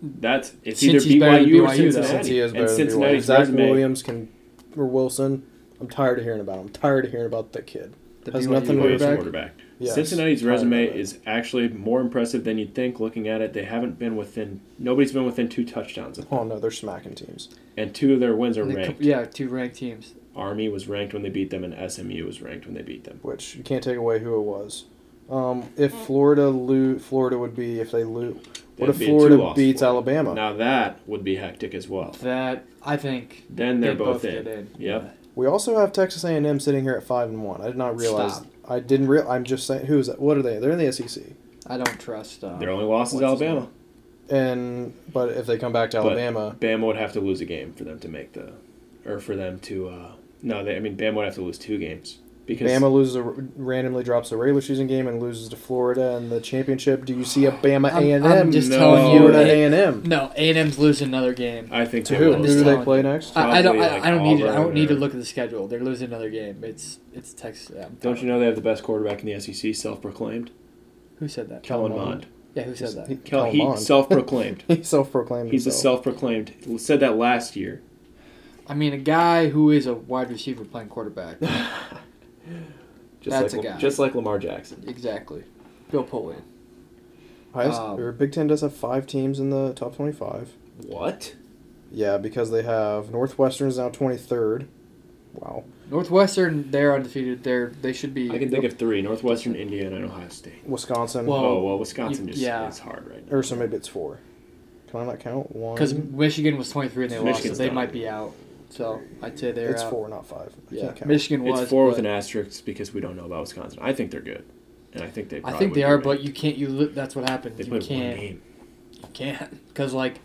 Speaker 2: That's it's
Speaker 3: Since he's
Speaker 2: either
Speaker 3: better
Speaker 2: BYU,
Speaker 3: than
Speaker 2: or
Speaker 3: BYU, though.
Speaker 2: Cincinnati.
Speaker 1: Since he is better
Speaker 2: and
Speaker 1: than BYU.
Speaker 2: Cincinnati's
Speaker 1: Zach
Speaker 2: resume-
Speaker 1: Williams can or Wilson. I'm tired of hearing about him. I'm tired of hearing about that kid.
Speaker 3: The
Speaker 1: Has
Speaker 3: BYU
Speaker 1: nothing to do
Speaker 2: BYU's
Speaker 1: with
Speaker 2: quarterback.
Speaker 1: that. Yes.
Speaker 2: Cincinnati's
Speaker 1: Tired of
Speaker 2: resume
Speaker 1: it.
Speaker 2: is actually more impressive than you'd think. Looking at it, they haven't been within nobody's been within two touchdowns, of them.
Speaker 1: Oh no, they're smacking teams.
Speaker 2: and two of their wins are
Speaker 3: and they co-
Speaker 2: ranked.
Speaker 3: Yeah, two ranked teams.
Speaker 2: Army was ranked when they beat them, and SMU was ranked when they beat them.
Speaker 1: which you can't take away who it was. Um, if Florida lo- Florida would be if they lose. What
Speaker 2: That'd
Speaker 1: if
Speaker 2: be a
Speaker 1: Florida
Speaker 2: two-loss
Speaker 1: beats
Speaker 2: for 'em.
Speaker 1: Alabama?
Speaker 2: Now that would be hectic as well.
Speaker 3: That, I think.
Speaker 2: Then they're
Speaker 3: they
Speaker 2: both,
Speaker 3: get
Speaker 2: in. Yep.
Speaker 1: We also have Texas A and M sitting here at five and one. I did not realize.
Speaker 3: Stop.
Speaker 1: I didn't real. I'm just saying. Who is that? What are they? They're in the E SEC.
Speaker 3: I don't trust. Um,
Speaker 2: Their only loss is
Speaker 3: what's his name?
Speaker 2: Alabama.
Speaker 1: And but if they come back to
Speaker 2: But-
Speaker 1: Alabama,
Speaker 2: Bama would have to lose a game for them to make the, or for them to. Uh, no, they, I mean Bama would have to lose two games because
Speaker 1: Bama loses a, randomly drops a regular season game and loses to Florida in the championship. Do you see a Bama
Speaker 3: I'm-
Speaker 1: A and
Speaker 3: I'm
Speaker 1: M?
Speaker 3: just
Speaker 2: No.
Speaker 3: telling you.
Speaker 1: Florida
Speaker 3: it-
Speaker 1: A and M.
Speaker 3: no, A&M's losing another game.
Speaker 2: I think
Speaker 1: To
Speaker 2: they
Speaker 1: who?
Speaker 2: will.
Speaker 3: I'm
Speaker 1: Who
Speaker 3: just
Speaker 1: do they
Speaker 3: telling
Speaker 1: play
Speaker 3: you.
Speaker 1: next?
Speaker 3: I, I don't.
Speaker 2: Probably,
Speaker 3: I,
Speaker 2: like,
Speaker 3: I don't need. it. I
Speaker 2: Auburn
Speaker 3: don't need to
Speaker 2: or-
Speaker 3: look at the schedule. They're losing another game. It's it's Texas. Yeah, I'm
Speaker 2: Don't you
Speaker 3: fine.
Speaker 2: know they have the best quarterback in the SEC, self-proclaimed?
Speaker 3: who said that?
Speaker 2: Kellen
Speaker 1: Kellen Mond.
Speaker 2: Mond.
Speaker 3: Yeah, who said that?
Speaker 1: He,
Speaker 2: Kel,
Speaker 1: Kellen
Speaker 2: he
Speaker 1: Mond.
Speaker 2: self-proclaimed.
Speaker 1: he self-proclaimed.
Speaker 2: He's a
Speaker 1: himself.
Speaker 2: self-proclaimed. Said that last year.
Speaker 3: I mean, a guy who is a wide receiver playing quarterback.
Speaker 2: Just
Speaker 3: That's
Speaker 2: like
Speaker 3: a
Speaker 2: Lam-
Speaker 3: guy.
Speaker 2: Just like Lamar Jackson.
Speaker 3: exactly. Bill Polian.
Speaker 1: Highest,
Speaker 3: Um,
Speaker 1: or Big Ten does have five teams in the top twenty-five.
Speaker 2: What?
Speaker 1: Yeah, because they have Northwestern's now twenty third. Wow.
Speaker 3: Northwestern, they're undefeated. They're they should be.
Speaker 2: I can think of three: Northwestern, Indiana, and Ohio State.
Speaker 1: Wisconsin.
Speaker 3: Well-
Speaker 2: Oh well, Wisconsin
Speaker 3: you-
Speaker 2: just
Speaker 3: yeah.
Speaker 2: is hard right now.
Speaker 1: or so maybe it's four. Can I not count? One.
Speaker 3: Because Michigan was 23 and they
Speaker 2: Michigan's
Speaker 3: lost, so they
Speaker 2: done.
Speaker 3: might be out. So I'd say they're
Speaker 1: it's
Speaker 3: out.
Speaker 1: four, not five. I
Speaker 3: Yeah,
Speaker 1: can't count.
Speaker 3: Michigan was.
Speaker 2: It's four with
Speaker 3: but
Speaker 2: an asterisk because we don't know about Wisconsin. I think they're good, and I think they.
Speaker 3: I
Speaker 2: Probably
Speaker 3: think
Speaker 2: would
Speaker 3: they
Speaker 2: be
Speaker 3: are,
Speaker 2: ranked.
Speaker 3: but you can't. You li- that's what happens.
Speaker 2: they
Speaker 3: you
Speaker 2: played one
Speaker 3: can't.
Speaker 2: game.
Speaker 3: You can't because like,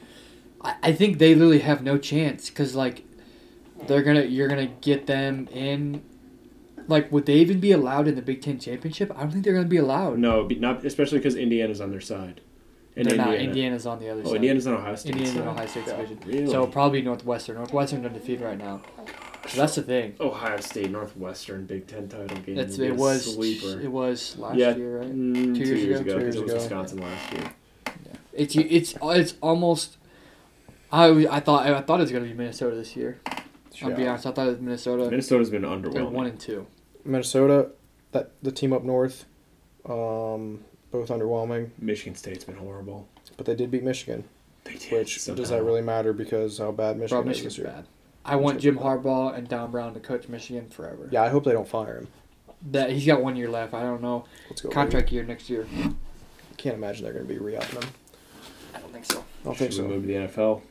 Speaker 3: I, I think they literally have no chance because like, they're gonna you're gonna get them in. Like, would they even be allowed in the Big Ten championship? I don't think they're gonna be allowed.
Speaker 2: Oh, No, be- not especially because Indiana's on their side. And
Speaker 3: they're
Speaker 2: Indiana.
Speaker 3: not. Indiana's on the other
Speaker 2: Oh,
Speaker 3: side.
Speaker 2: Indiana's on Ohio State.
Speaker 3: Indiana's on Ohio State's
Speaker 1: Yeah.
Speaker 3: division.
Speaker 2: Really?
Speaker 3: So probably Northwestern. Northwestern undefeated right now. So that's the thing.
Speaker 2: Ohio State Northwestern Big Ten title game.
Speaker 3: That's
Speaker 2: would be
Speaker 3: it
Speaker 2: a
Speaker 3: was
Speaker 2: sleeper.
Speaker 3: it was last
Speaker 2: Yeah.
Speaker 3: year, right?
Speaker 2: Mm,
Speaker 3: Two
Speaker 2: two,
Speaker 3: years
Speaker 2: years
Speaker 3: ago?
Speaker 1: Two
Speaker 2: ago, because it
Speaker 1: years
Speaker 2: was
Speaker 1: ago.
Speaker 2: Wisconsin last year.
Speaker 3: It's it's it's almost. I always- I thought I thought it was gonna be Minnesota this year. I'll be
Speaker 1: Yeah.
Speaker 3: honest. I thought it was Minnesota.
Speaker 2: Minnesota's been
Speaker 3: They're
Speaker 2: underwhelming.
Speaker 3: one and two.
Speaker 1: Minnesota, that the team up north, um, both underwhelming,
Speaker 2: Michigan State's been horrible.
Speaker 1: but they did beat Michigan.
Speaker 2: They did.
Speaker 1: Which
Speaker 2: somehow.
Speaker 1: does that really matter? Because how bad Michigan
Speaker 3: Bro,
Speaker 1: is
Speaker 3: Michigan's
Speaker 1: this year.
Speaker 3: bad. I want Jim
Speaker 1: Michigan's
Speaker 3: Harbaugh and Don Brown to coach Michigan forever.
Speaker 1: Yeah, I hope they don't fire him.
Speaker 3: That he's got one year left. I don't know
Speaker 1: Let's go.
Speaker 3: contract year next year.
Speaker 1: can't imagine they're going to be re-upping him.
Speaker 3: I don't think so.
Speaker 1: I don't think
Speaker 2: Should we
Speaker 1: so.
Speaker 2: move to the NFL?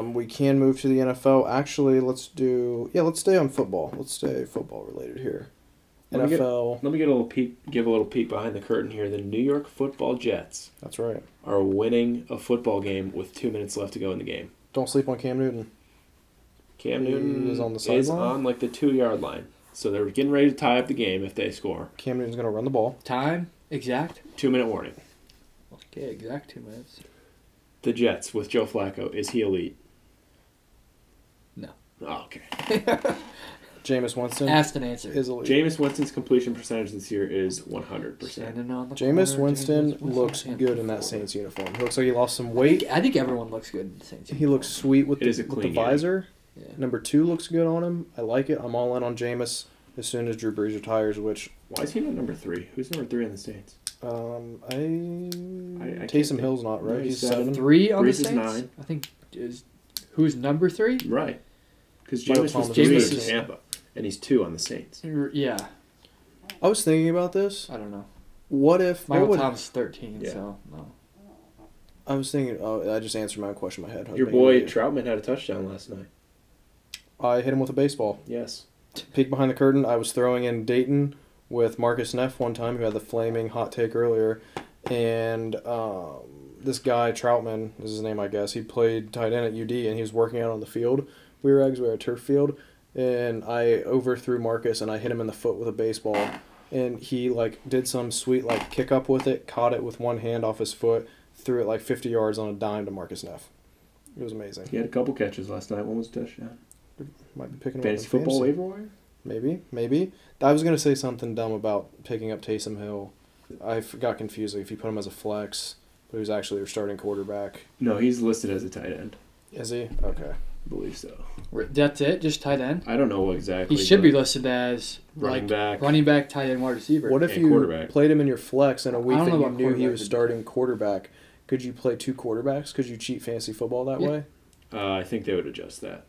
Speaker 1: Um, we can move to the NFL. Actually, let's do yeah. Let's stay on football. Let's stay football related here.
Speaker 2: Let me get-
Speaker 1: NFL.
Speaker 2: Let me get a little peek, give a little peek behind the curtain here. The New York Football Jets
Speaker 1: That's right.
Speaker 2: are winning a football game with two minutes left to go in the game.
Speaker 1: Don't sleep on Cam Newton.
Speaker 2: Cam
Speaker 1: He
Speaker 2: Newton
Speaker 1: was on the
Speaker 2: is
Speaker 1: sideline?
Speaker 2: on like the two yard line, so they're getting ready to tie up the game if they score.
Speaker 1: Cam Newton's going to run the ball.
Speaker 3: Time exact.
Speaker 2: Two minute warning.
Speaker 3: Okay, exact two minutes.
Speaker 2: The Jets with Joe Flacco is he elite?
Speaker 3: No.
Speaker 2: Oh, okay.
Speaker 1: Jameis Winston
Speaker 3: Asked and answered.
Speaker 1: is elite.
Speaker 2: Jameis Winston's completion percentage this year is one hundred percent.
Speaker 3: Standing on the
Speaker 1: Jameis
Speaker 3: corner,
Speaker 1: Winston
Speaker 3: Jameis
Speaker 1: looks
Speaker 3: Winston.
Speaker 1: good in that Saints uniform. He looks like he lost some
Speaker 3: I
Speaker 1: weight.
Speaker 3: think, I think everyone looks good in the Saints.
Speaker 1: He looks sweet with
Speaker 2: It
Speaker 1: the,
Speaker 2: is a
Speaker 1: with the
Speaker 2: clean game.
Speaker 1: visor.
Speaker 3: Yeah.
Speaker 1: Number two looks good on him. I like it. I'm all in on Jameis as soon as Drew Brees retires, which
Speaker 2: Why is he not number three? Who's number three in the states?
Speaker 1: um, I,
Speaker 2: I can't
Speaker 1: Taysom
Speaker 2: think.
Speaker 1: Hill's not right.
Speaker 2: No,
Speaker 1: he's
Speaker 2: he's
Speaker 1: seven.
Speaker 3: Three on
Speaker 2: Brees
Speaker 3: the
Speaker 2: is
Speaker 3: Saints.
Speaker 2: nine.
Speaker 3: I think is who's number three.
Speaker 2: Right. Because
Speaker 1: Mike
Speaker 2: Jameis was
Speaker 1: Tomlin's
Speaker 2: three
Speaker 3: is-
Speaker 2: in Tampa, and he's two on the Saints.
Speaker 3: Yeah,
Speaker 1: I was thinking about this.
Speaker 3: I don't know.
Speaker 1: What if?
Speaker 3: Michael
Speaker 1: what would,
Speaker 3: Thomas thirteen.
Speaker 2: Yeah.
Speaker 3: So no.
Speaker 1: I was thinking. Oh, I just answered my own question in my head. I was
Speaker 2: Your
Speaker 1: making
Speaker 2: boy
Speaker 1: it easier.
Speaker 2: Troutman had a touchdown last night.
Speaker 1: I hit him with a baseball.
Speaker 2: Yes.
Speaker 1: Peek behind the curtain. I was throwing in Dayton with Marcus Neff one time, who had the flaming hot take earlier, and um, this guy Troutman is his name, I guess. He played tight end at UD, and he was working out on the field. We were actually at a turf field, and I overthrew Marcus, and I hit him in the foot with a baseball, and he like did some sweet like kick up with it, caught it with one hand off his foot, threw it like fifty yards on a dime to Marcus Neff. It was amazing.
Speaker 2: He had a couple catches last night. One was a touchdown.
Speaker 1: Might be picking him up
Speaker 2: Fantasy
Speaker 1: in
Speaker 2: football
Speaker 1: fantasy.
Speaker 2: waiver wire?
Speaker 1: Maybe, maybe. I was gonna say something dumb about picking up Taysom Hill. I f- got confused. Like if you put him as a flex, but he was actually your starting quarterback.
Speaker 2: No, he's listed as a tight end.
Speaker 1: Is he? Okay.
Speaker 2: I believe so.
Speaker 3: We're- That's it. Just tight end.
Speaker 2: I don't know what exactly.
Speaker 3: He should be
Speaker 2: but
Speaker 3: listed as
Speaker 2: running
Speaker 3: like
Speaker 2: back.
Speaker 3: running back, tight end, wide receiver.
Speaker 1: What if
Speaker 2: And
Speaker 1: you
Speaker 2: quarterback.
Speaker 1: played him in your flex in a week
Speaker 3: don't
Speaker 1: that
Speaker 3: know
Speaker 1: you
Speaker 3: about
Speaker 1: knew he
Speaker 3: quarterback.
Speaker 1: was starting quarterback? Could you play two quarterbacks? Could you cheat fantasy football that
Speaker 3: Yeah.
Speaker 1: way?
Speaker 2: Uh, I think they would adjust that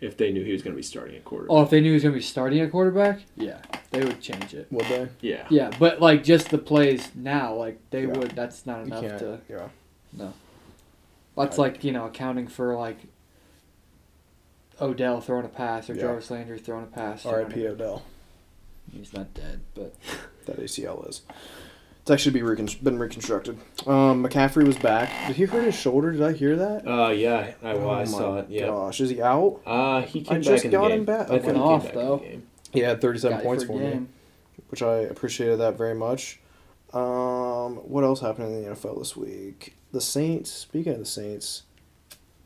Speaker 2: if they knew he was going to be starting at quarterback.
Speaker 3: Oh, if they knew he was gonna be starting at quarterback, yeah, they would change it.
Speaker 1: Would they?
Speaker 2: Yeah.
Speaker 3: Yeah, but like just the plays now, like they
Speaker 1: Yeah.
Speaker 3: would. That's not
Speaker 1: You
Speaker 3: enough
Speaker 1: can't.
Speaker 3: to.
Speaker 1: Yeah.
Speaker 3: That's like you know accounting for like Odell throwing a pass or
Speaker 1: Yeah.
Speaker 3: Jarvis Landry throwing a pass. you know what I
Speaker 1: R.I.P.
Speaker 3: mean?
Speaker 1: Odell.
Speaker 3: He's not dead, but
Speaker 1: That ACL is. It's actually be recon- been reconstructed. Um, McCaffrey was back. Did he hurt his shoulder? Did I hear that?
Speaker 2: Uh, yeah. I, well, I
Speaker 1: Oh my
Speaker 2: saw it. Yeah.
Speaker 1: Gosh, is he out?
Speaker 2: Uh, he came back
Speaker 1: just
Speaker 2: in the
Speaker 1: got
Speaker 2: game.
Speaker 1: him back.
Speaker 2: I think he
Speaker 1: Went
Speaker 2: came
Speaker 3: off,
Speaker 2: back
Speaker 3: though.
Speaker 2: In the game.
Speaker 1: He had 37
Speaker 3: got you
Speaker 1: points
Speaker 3: for
Speaker 1: for
Speaker 3: a
Speaker 1: me,
Speaker 3: game.
Speaker 1: which I appreciated that very much. Um, what else happened in the NFL this week? The Saints, speaking of the Saints,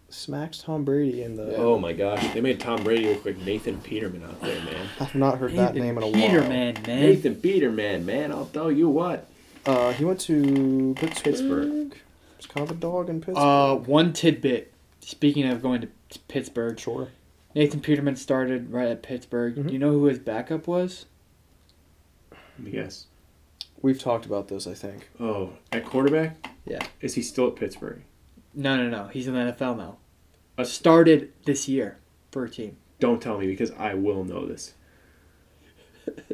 Speaker 1: smacks Tom Brady in the.
Speaker 2: Oh my gosh, they made Tom Brady look like Nathan Peterman out there, man.
Speaker 1: I've not heard that name in a
Speaker 3: Peter,
Speaker 1: while.
Speaker 3: man, man.
Speaker 2: Nathan Peterman, man. I'll tell you what.
Speaker 1: Uh, he went to Pittsburgh.
Speaker 2: Pittsburgh.
Speaker 1: It's kind of a dog in Pittsburgh.
Speaker 3: Uh, one tidbit. Speaking of going to t- Pittsburgh,
Speaker 1: sure.
Speaker 3: Nathan Peterman started right at Pittsburgh.
Speaker 1: Mhm.
Speaker 3: Do you know who his backup was?
Speaker 2: Let me guess.
Speaker 1: We've talked about this, I think.
Speaker 2: Oh, at quarterback?
Speaker 3: Yeah.
Speaker 2: Is he still at Pittsburgh?
Speaker 3: No, no, no. He's in the NFL now.
Speaker 2: Uh,
Speaker 3: started this year for a team.
Speaker 2: Don't tell me because I will know this.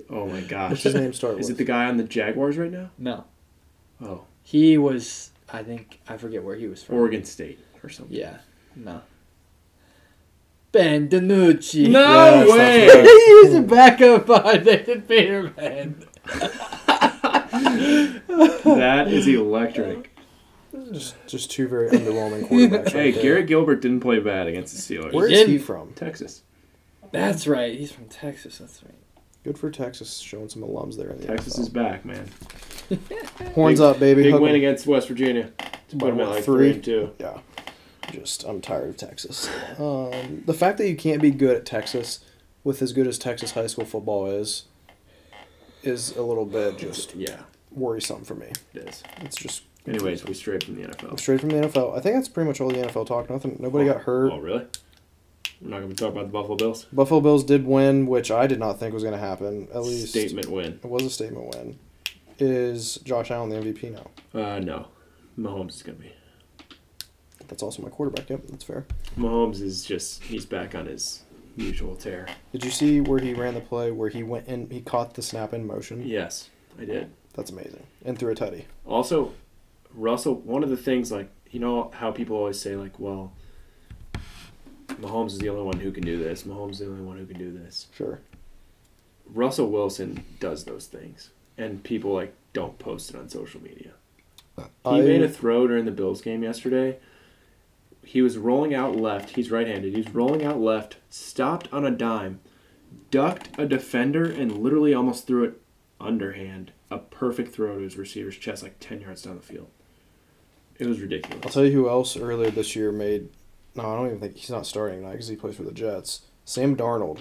Speaker 2: Oh my gosh.
Speaker 1: What's his name start
Speaker 2: Is it
Speaker 1: with?
Speaker 2: the guy on the Jaguars right now?
Speaker 3: No,
Speaker 2: Oh,
Speaker 3: he was. I think I forget where he was from.
Speaker 2: Oregon State or something.
Speaker 3: Yeah. No. Ben DiNucci.
Speaker 2: No
Speaker 1: Yeah,
Speaker 2: way!
Speaker 1: it's not
Speaker 3: he was a backup on Nathan Peterman.
Speaker 2: That is electric.
Speaker 1: Just, just two very underwhelming quarterbacks.
Speaker 2: Hey,
Speaker 1: right there.
Speaker 2: Garrett Gilbert didn't play bad against the Steelers.
Speaker 1: Where
Speaker 3: He
Speaker 1: is he
Speaker 3: didn't.
Speaker 1: from?
Speaker 2: Texas.
Speaker 3: That's right. He's from Texas. That's right.
Speaker 1: Good for Texas, showing some alums there in the
Speaker 2: Texas
Speaker 1: NFL.
Speaker 2: is back, man.
Speaker 1: Horns
Speaker 2: big-
Speaker 1: up, baby.
Speaker 2: Big
Speaker 1: Hug 'em.
Speaker 2: win against West Virginia. To put
Speaker 1: By
Speaker 2: him
Speaker 1: what,
Speaker 2: at like
Speaker 1: three?
Speaker 2: three and two.
Speaker 1: Yeah. Just, I'm tired of Texas. Um, the fact that you can't be good at Texas with as good as Texas high school football is, is a little bit just
Speaker 2: Yeah,
Speaker 1: worrisome for me.
Speaker 2: it is.
Speaker 1: It's just
Speaker 2: Anyways, we strayed from the NFL.
Speaker 1: straight from the NFL. I think that's pretty much all the NFL talk. Nothing. Nobody got hurt.
Speaker 2: Oh, really? We're not going to talk about the Buffalo Bills.
Speaker 1: Buffalo Bills did win, which I did not think was going to happen. At least
Speaker 2: Statement win.
Speaker 1: it was a statement win. Is Josh Allen the MVP now?
Speaker 2: Uh, no, Mahomes is going to be.
Speaker 1: That's also my quarterback. Yep, that's fair.
Speaker 2: Mahomes is just he's back on his usual tear.
Speaker 1: Did you see where he ran the play where he went in? He caught the snap in motion.
Speaker 2: Yes, I did.
Speaker 1: That's amazing. And threw a tutty.
Speaker 2: Also, Russell, one of the things, like, you know how people always say, like, well, Mahomes is the only one who can do this. Mahomes is the only one who can do this.
Speaker 1: Sure.
Speaker 2: Russell Wilson does those things, and people, like, don't post it on social media. He
Speaker 1: I-
Speaker 2: made a throw during the Bills game yesterday. He was rolling out left. He's right-handed. He's rolling out left, stopped on a dime, ducked a defender, and literally almost threw it underhand. A perfect throw to his receiver's chest, like ten yards down the field. It was
Speaker 1: I'll
Speaker 2: ridiculous.
Speaker 1: tell you who else earlier this year made. No, I don't even think he's not starting tonight because he plays for the Jets. Sam Darnold.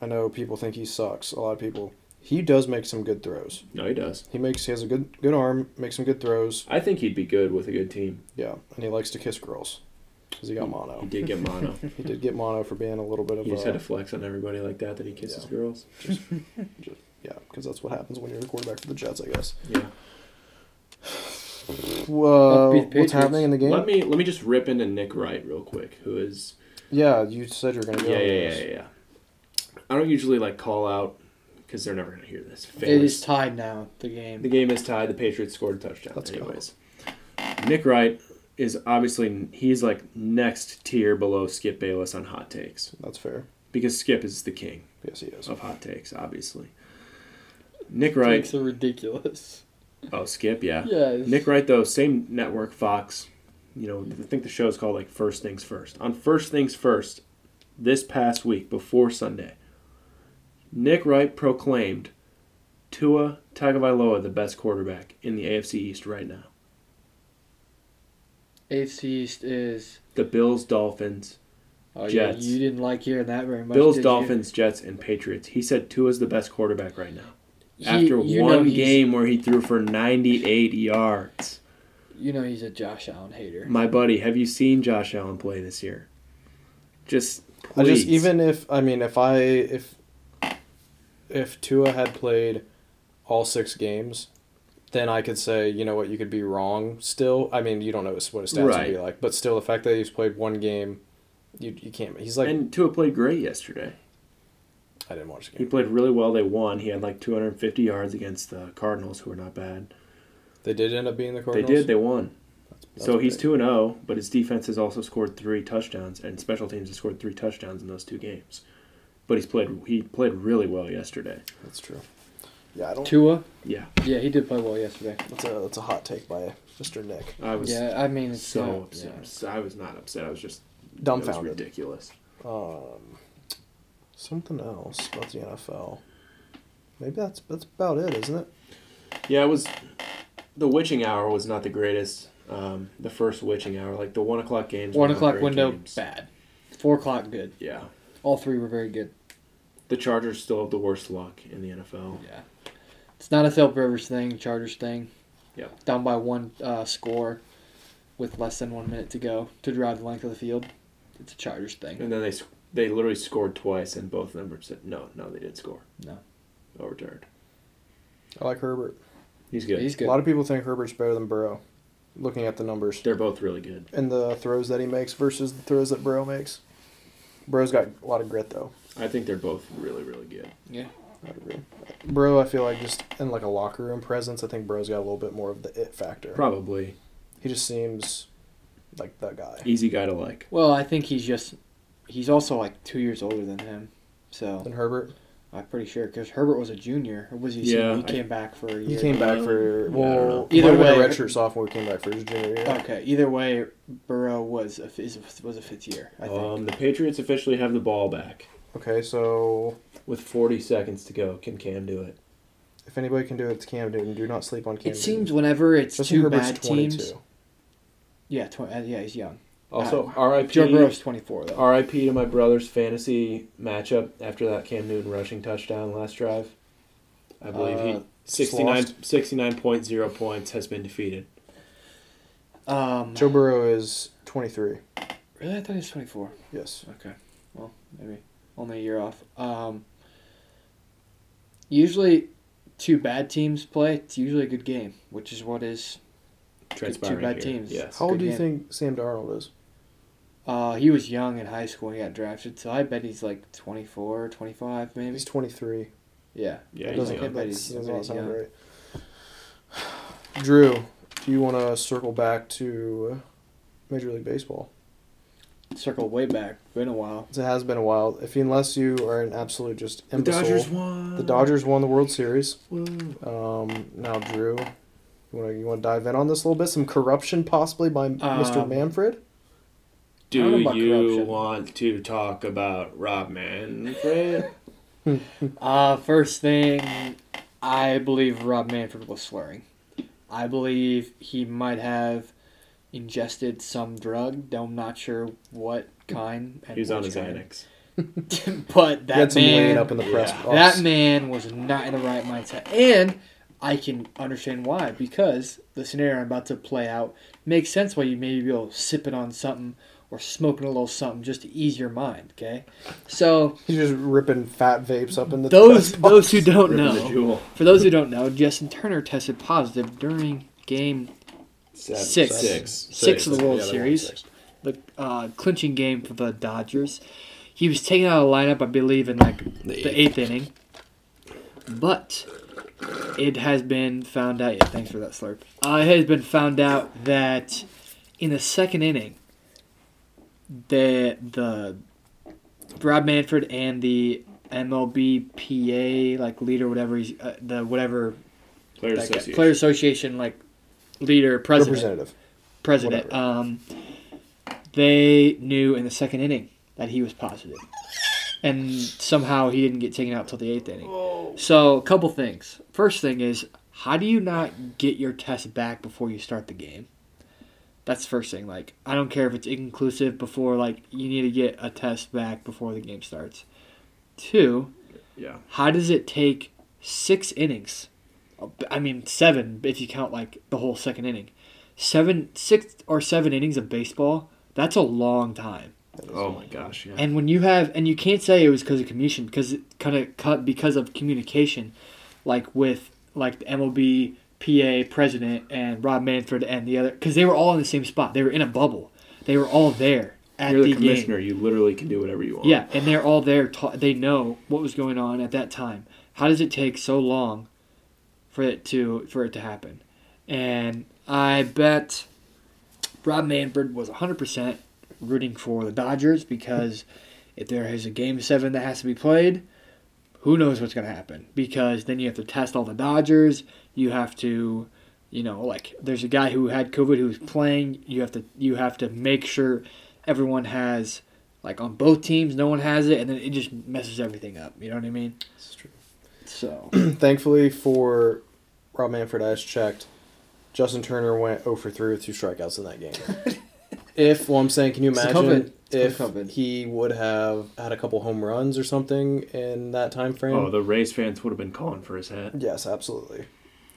Speaker 1: I know people think he sucks. A lot of people. He does make some good throws.
Speaker 2: No, he does.
Speaker 1: He makes. He has a good good arm. Makes some good throws.
Speaker 2: I think he'd be good with a good team.
Speaker 1: Yeah, and he likes to kiss girls because he got
Speaker 2: He
Speaker 1: mono.
Speaker 2: did get mono.
Speaker 1: He did get mono for being a little bit of.
Speaker 2: he just
Speaker 1: a,
Speaker 2: had to flex on everybody like that that he kisses
Speaker 1: Yeah.
Speaker 2: girls.
Speaker 1: yeah, because that's what happens when you're a quarterback for the Jets, I guess.
Speaker 2: Yeah.
Speaker 1: Well,
Speaker 3: Up beat
Speaker 1: what's
Speaker 3: Patriots.
Speaker 1: happening in the game?
Speaker 2: Let me let me just rip into Nick Wright real quick, who is
Speaker 1: yeah, you said you're gonna go.
Speaker 2: yeah,
Speaker 1: into
Speaker 2: yeah,
Speaker 1: this.
Speaker 2: yeah, yeah. I don't usually like call out because they're never gonna hear this.
Speaker 3: It is
Speaker 2: Fans-
Speaker 3: tied now. The game.
Speaker 2: the game is tied. The Patriots scored a touchdown.
Speaker 1: Let's go.
Speaker 2: Anyways, Nick Wright is obviously he's like next tier below Skip Bayless on hot takes
Speaker 1: That's fair.
Speaker 2: because Skip is the king
Speaker 1: Yes, he is.
Speaker 2: of hot takes, obviously. Nick Wright,
Speaker 3: Takes are ridiculous.
Speaker 2: oh Skip, yeah.
Speaker 3: Yes.
Speaker 2: Nick Wright though, same network, Fox. You know, I think the show's called like First Things First. On First Things First, this past week before Sunday, Nick Wright proclaimed Tua Tagovailoa the best quarterback in the AFC East right now.
Speaker 3: AFC East is.
Speaker 2: The Bills, Dolphins,
Speaker 3: Oh,
Speaker 2: Jets.
Speaker 3: Yeah, you didn't like hearing that very much.
Speaker 2: Bills,
Speaker 3: did you?
Speaker 2: Dolphins, Jets, and Patriots. He said Tua's the best quarterback right now.
Speaker 3: He-
Speaker 2: After
Speaker 3: you know
Speaker 2: one
Speaker 3: he's-
Speaker 2: game where he threw for 98 yards.
Speaker 3: you know he's a Josh Allen hater.
Speaker 2: My buddy, have you seen Josh Allen play this year? Just
Speaker 1: I just
Speaker 2: please.
Speaker 1: even if I mean if I if if Tua had played all six games, then I could say you know what you could be wrong still. I mean you don't know what his stats would be
Speaker 2: Right.
Speaker 1: like, but still the fact that he's played one game, you you can't. He's like
Speaker 2: and Tua played great yesterday.
Speaker 1: I didn't watch the
Speaker 2: He
Speaker 1: game.
Speaker 2: played really well. They won. He had like 250 yards against the Cardinals, who are not bad.
Speaker 1: They did end up being the
Speaker 2: They
Speaker 1: Cardinals.
Speaker 2: did. They won.
Speaker 1: That's
Speaker 2: so he's
Speaker 1: big.
Speaker 2: two and zero, but his defense has also scored three touchdowns, and special teams has scored three touchdowns in those two games. But he's played. He played really well yesterday.
Speaker 1: That's true. Yeah, I don't.
Speaker 3: Tua.
Speaker 2: Yeah,
Speaker 3: Yeah, he did play well yesterday.
Speaker 1: That's a that's a hot take by Mr. Nick.
Speaker 2: I was
Speaker 3: Yeah, I mean, it's
Speaker 2: so
Speaker 3: not-
Speaker 2: upset. I was not upset. I was just It was
Speaker 1: Dumbfounded.
Speaker 2: ridiculous.
Speaker 1: Um, something else about the NFL. Maybe that's that's about it, isn't it?
Speaker 2: Yeah, it was. The witching hour was not the greatest. Um, the first witching hour, like the one o'clock games.
Speaker 3: yeah. One
Speaker 2: were not
Speaker 3: o'clock
Speaker 2: great
Speaker 3: window,
Speaker 2: games.
Speaker 3: bad. Four o'clock, good.
Speaker 2: Yeah.
Speaker 3: All three were very good.
Speaker 2: The Chargers still have the worst luck in the NFL.
Speaker 3: Yeah. It's not a Philip Rivers thing, Chargers thing.
Speaker 2: Yep.
Speaker 3: Down by one uh, score with less than one minute to go to drive the length of the field. It's a Chargers thing.
Speaker 2: And then they s- they literally scored twice, and both of them were said, no, no, they didn't score.
Speaker 3: No.
Speaker 2: Overturned.
Speaker 1: I like Herbert.
Speaker 2: He's good.
Speaker 3: He's
Speaker 1: A
Speaker 3: good.
Speaker 1: lot of people think Herbert's better than Burrow, looking at the numbers
Speaker 2: They're both really good.
Speaker 1: and the throws that he makes versus the throws that Burrow makes. Burrow's got a lot of grit, though.
Speaker 2: I think they're both really, really good.
Speaker 3: yeah.
Speaker 1: I'd agree. Burrow, I feel like just in like a locker room presence, I think Burrow's got a little bit more of the it factor.
Speaker 2: Probably
Speaker 1: He just seems like that guy.
Speaker 2: easy guy to like.
Speaker 3: Well, I think he's just, he's also like two years older than him. So
Speaker 1: And Herbert,
Speaker 3: I'm pretty sure because Herbert was a junior. Or was he? a
Speaker 2: Yeah,
Speaker 3: senior? he
Speaker 2: I-
Speaker 3: came back for a year.
Speaker 1: he came back for
Speaker 2: Yeah, I don't
Speaker 1: well,
Speaker 2: know.
Speaker 1: he
Speaker 3: Either
Speaker 1: might have been a
Speaker 3: way-
Speaker 1: redshirt sophomore came back for his junior year.
Speaker 3: Okay. Either way, Burrow was a f- is a- was a fifth year. I think.
Speaker 2: Um, the Patriots officially have the ball back
Speaker 1: Okay, so
Speaker 2: with 40 seconds to go. Can Cam do it?
Speaker 1: if anybody can do it, it's Cam Newton. Do not sleep on Cam.
Speaker 3: it seems
Speaker 1: Newton.
Speaker 3: whenever it's
Speaker 1: Justin
Speaker 3: two
Speaker 1: Herbert's
Speaker 3: bad teams. Yeah. Tw- uh, yeah. He's young.
Speaker 2: Also, RIP.
Speaker 3: Ah, Joe Burrow's 24 though.
Speaker 2: RIP to my brother's fantasy matchup after that Cam Newton rushing touchdown last drive. I believe
Speaker 1: Uh,
Speaker 2: he 69,
Speaker 1: lost.
Speaker 2: 69.0 points has been defeated.
Speaker 3: Um,
Speaker 1: Joe Burrow is twenty three.
Speaker 3: really, I thought he was 24.
Speaker 1: Yes.
Speaker 3: Okay. Well, maybe only a year off. Um, usually, two bad teams play. It's usually a good game, which is what is.
Speaker 2: Transpiring
Speaker 3: bad
Speaker 2: here.
Speaker 3: teams.
Speaker 2: Yes.
Speaker 1: How old do you
Speaker 3: game.
Speaker 1: think Sam Darnold is?
Speaker 3: Uh, he was young in high school when he got drafted, so I bet he's like 24, 25 maybe.
Speaker 1: He's 23.
Speaker 3: Yeah.
Speaker 2: yeah,
Speaker 1: That
Speaker 2: he's
Speaker 1: doesn't,
Speaker 2: young.
Speaker 3: but
Speaker 1: that
Speaker 3: he's-
Speaker 1: doesn't
Speaker 3: he's
Speaker 1: sound
Speaker 3: young.
Speaker 1: right. Drew, Do you want to circle back to Major League Baseball?
Speaker 3: Circle way back. Been a while.
Speaker 1: It has been a while. If you, unless you are an absolute just
Speaker 2: The
Speaker 1: imbecile,
Speaker 2: Dodgers won.
Speaker 1: the Dodgers won the World Series.
Speaker 2: Whoa.
Speaker 1: Um, now, Drew, you want to you want to dive in on this a little bit? Some corruption possibly by Mr.
Speaker 3: Um,
Speaker 1: Manfred.
Speaker 3: I don't
Speaker 2: Do
Speaker 3: know about
Speaker 2: you
Speaker 3: corruption.
Speaker 2: want to talk about Rob Manfred?
Speaker 3: Uh, first thing, I believe Rob Manfred was slurring. I believe he might have ingested some drug. though I'm not sure what kind. and
Speaker 2: He was on his
Speaker 3: which kind.
Speaker 2: Xanax.
Speaker 3: but
Speaker 1: He had
Speaker 3: that
Speaker 1: some laying
Speaker 3: man,
Speaker 1: up in the press
Speaker 2: yeah.
Speaker 1: box.
Speaker 3: that man was not in the right mindset, and I can understand why because the scenario I'm about to play out makes sense why you maybe be sipping on something or smoking a little something just to ease your mind. Okay, so
Speaker 1: He's just ripping fat vapes up in the
Speaker 3: those
Speaker 1: press box.
Speaker 3: those who don't
Speaker 2: Ripping the
Speaker 3: know.
Speaker 2: jewel.
Speaker 3: For those who don't know, Justin Turner tested positive during game
Speaker 2: Seven,
Speaker 3: Six.
Speaker 2: Six.
Speaker 3: Six of the World
Speaker 2: Yeah, they won
Speaker 3: Series.
Speaker 2: six.
Speaker 3: the uh, clinching game for the Dodgers. He was taken out of the lineup, I believe, in like the eighth, inning. But it has been found out. Yeah, thanks for that slurp. Uh, it has been found out that in the second inning, the the Rob Manfred and the MLBPA like leader, whatever he's uh, the whatever
Speaker 2: Players
Speaker 3: that guy-
Speaker 2: Association.
Speaker 3: player association like leader president
Speaker 1: representative.
Speaker 3: president.
Speaker 1: Whatever.
Speaker 3: Um, they knew in the second inning that he was positive, and somehow he didn't get taken out till the eighth inning. So, a couple things. First thing is, how do you not get your test back before you start the game? That's the first thing. Like, I don't care if it's inconclusive before. Like, you need to get a test back before the game starts. Two,
Speaker 2: Yeah.
Speaker 3: how does it take six innings? I mean, seven if you count like the whole second inning. Seven, six or seven innings of baseball. That's a long time.
Speaker 2: Oh my gosh. Yeah.
Speaker 3: And when you have, and you can't say it was because of communication, because it kind of cut because of communication, like with like the MLB PA president and Rob Manfred and the other, because they were all in the same spot. They were in a bubble. They were all there at
Speaker 2: You're the,
Speaker 3: game.
Speaker 2: commissioner. You literally can do whatever you want.
Speaker 3: Yeah, and they're all there. Ta- they know what was going on at that time. How does it take so long for it to for it to happen? And I bet Rob Manfred was 100% rooting for the Dodgers because if there is a game seven that has to be played, who knows what's going to happen? Because then you have to test all the Dodgers. You have to, you know, like there's a guy who had COVID who was playing. You have to you have to make sure everyone has like on both teams no one has it and then it just messes everything up you know what i mean
Speaker 1: That's true.
Speaker 3: so
Speaker 1: Thankfully for Rob Manfred, I just checked. Justin Turner went 0 for 3 with two strikeouts in that game. if, well, I'm saying, can you
Speaker 3: It's the
Speaker 1: imagine
Speaker 3: COVID. It's
Speaker 1: if
Speaker 3: the COVID.
Speaker 1: he would have had a couple home runs or something in that time frame?
Speaker 2: Oh, the Rays fans would have been calling for his head.
Speaker 1: Yes, absolutely.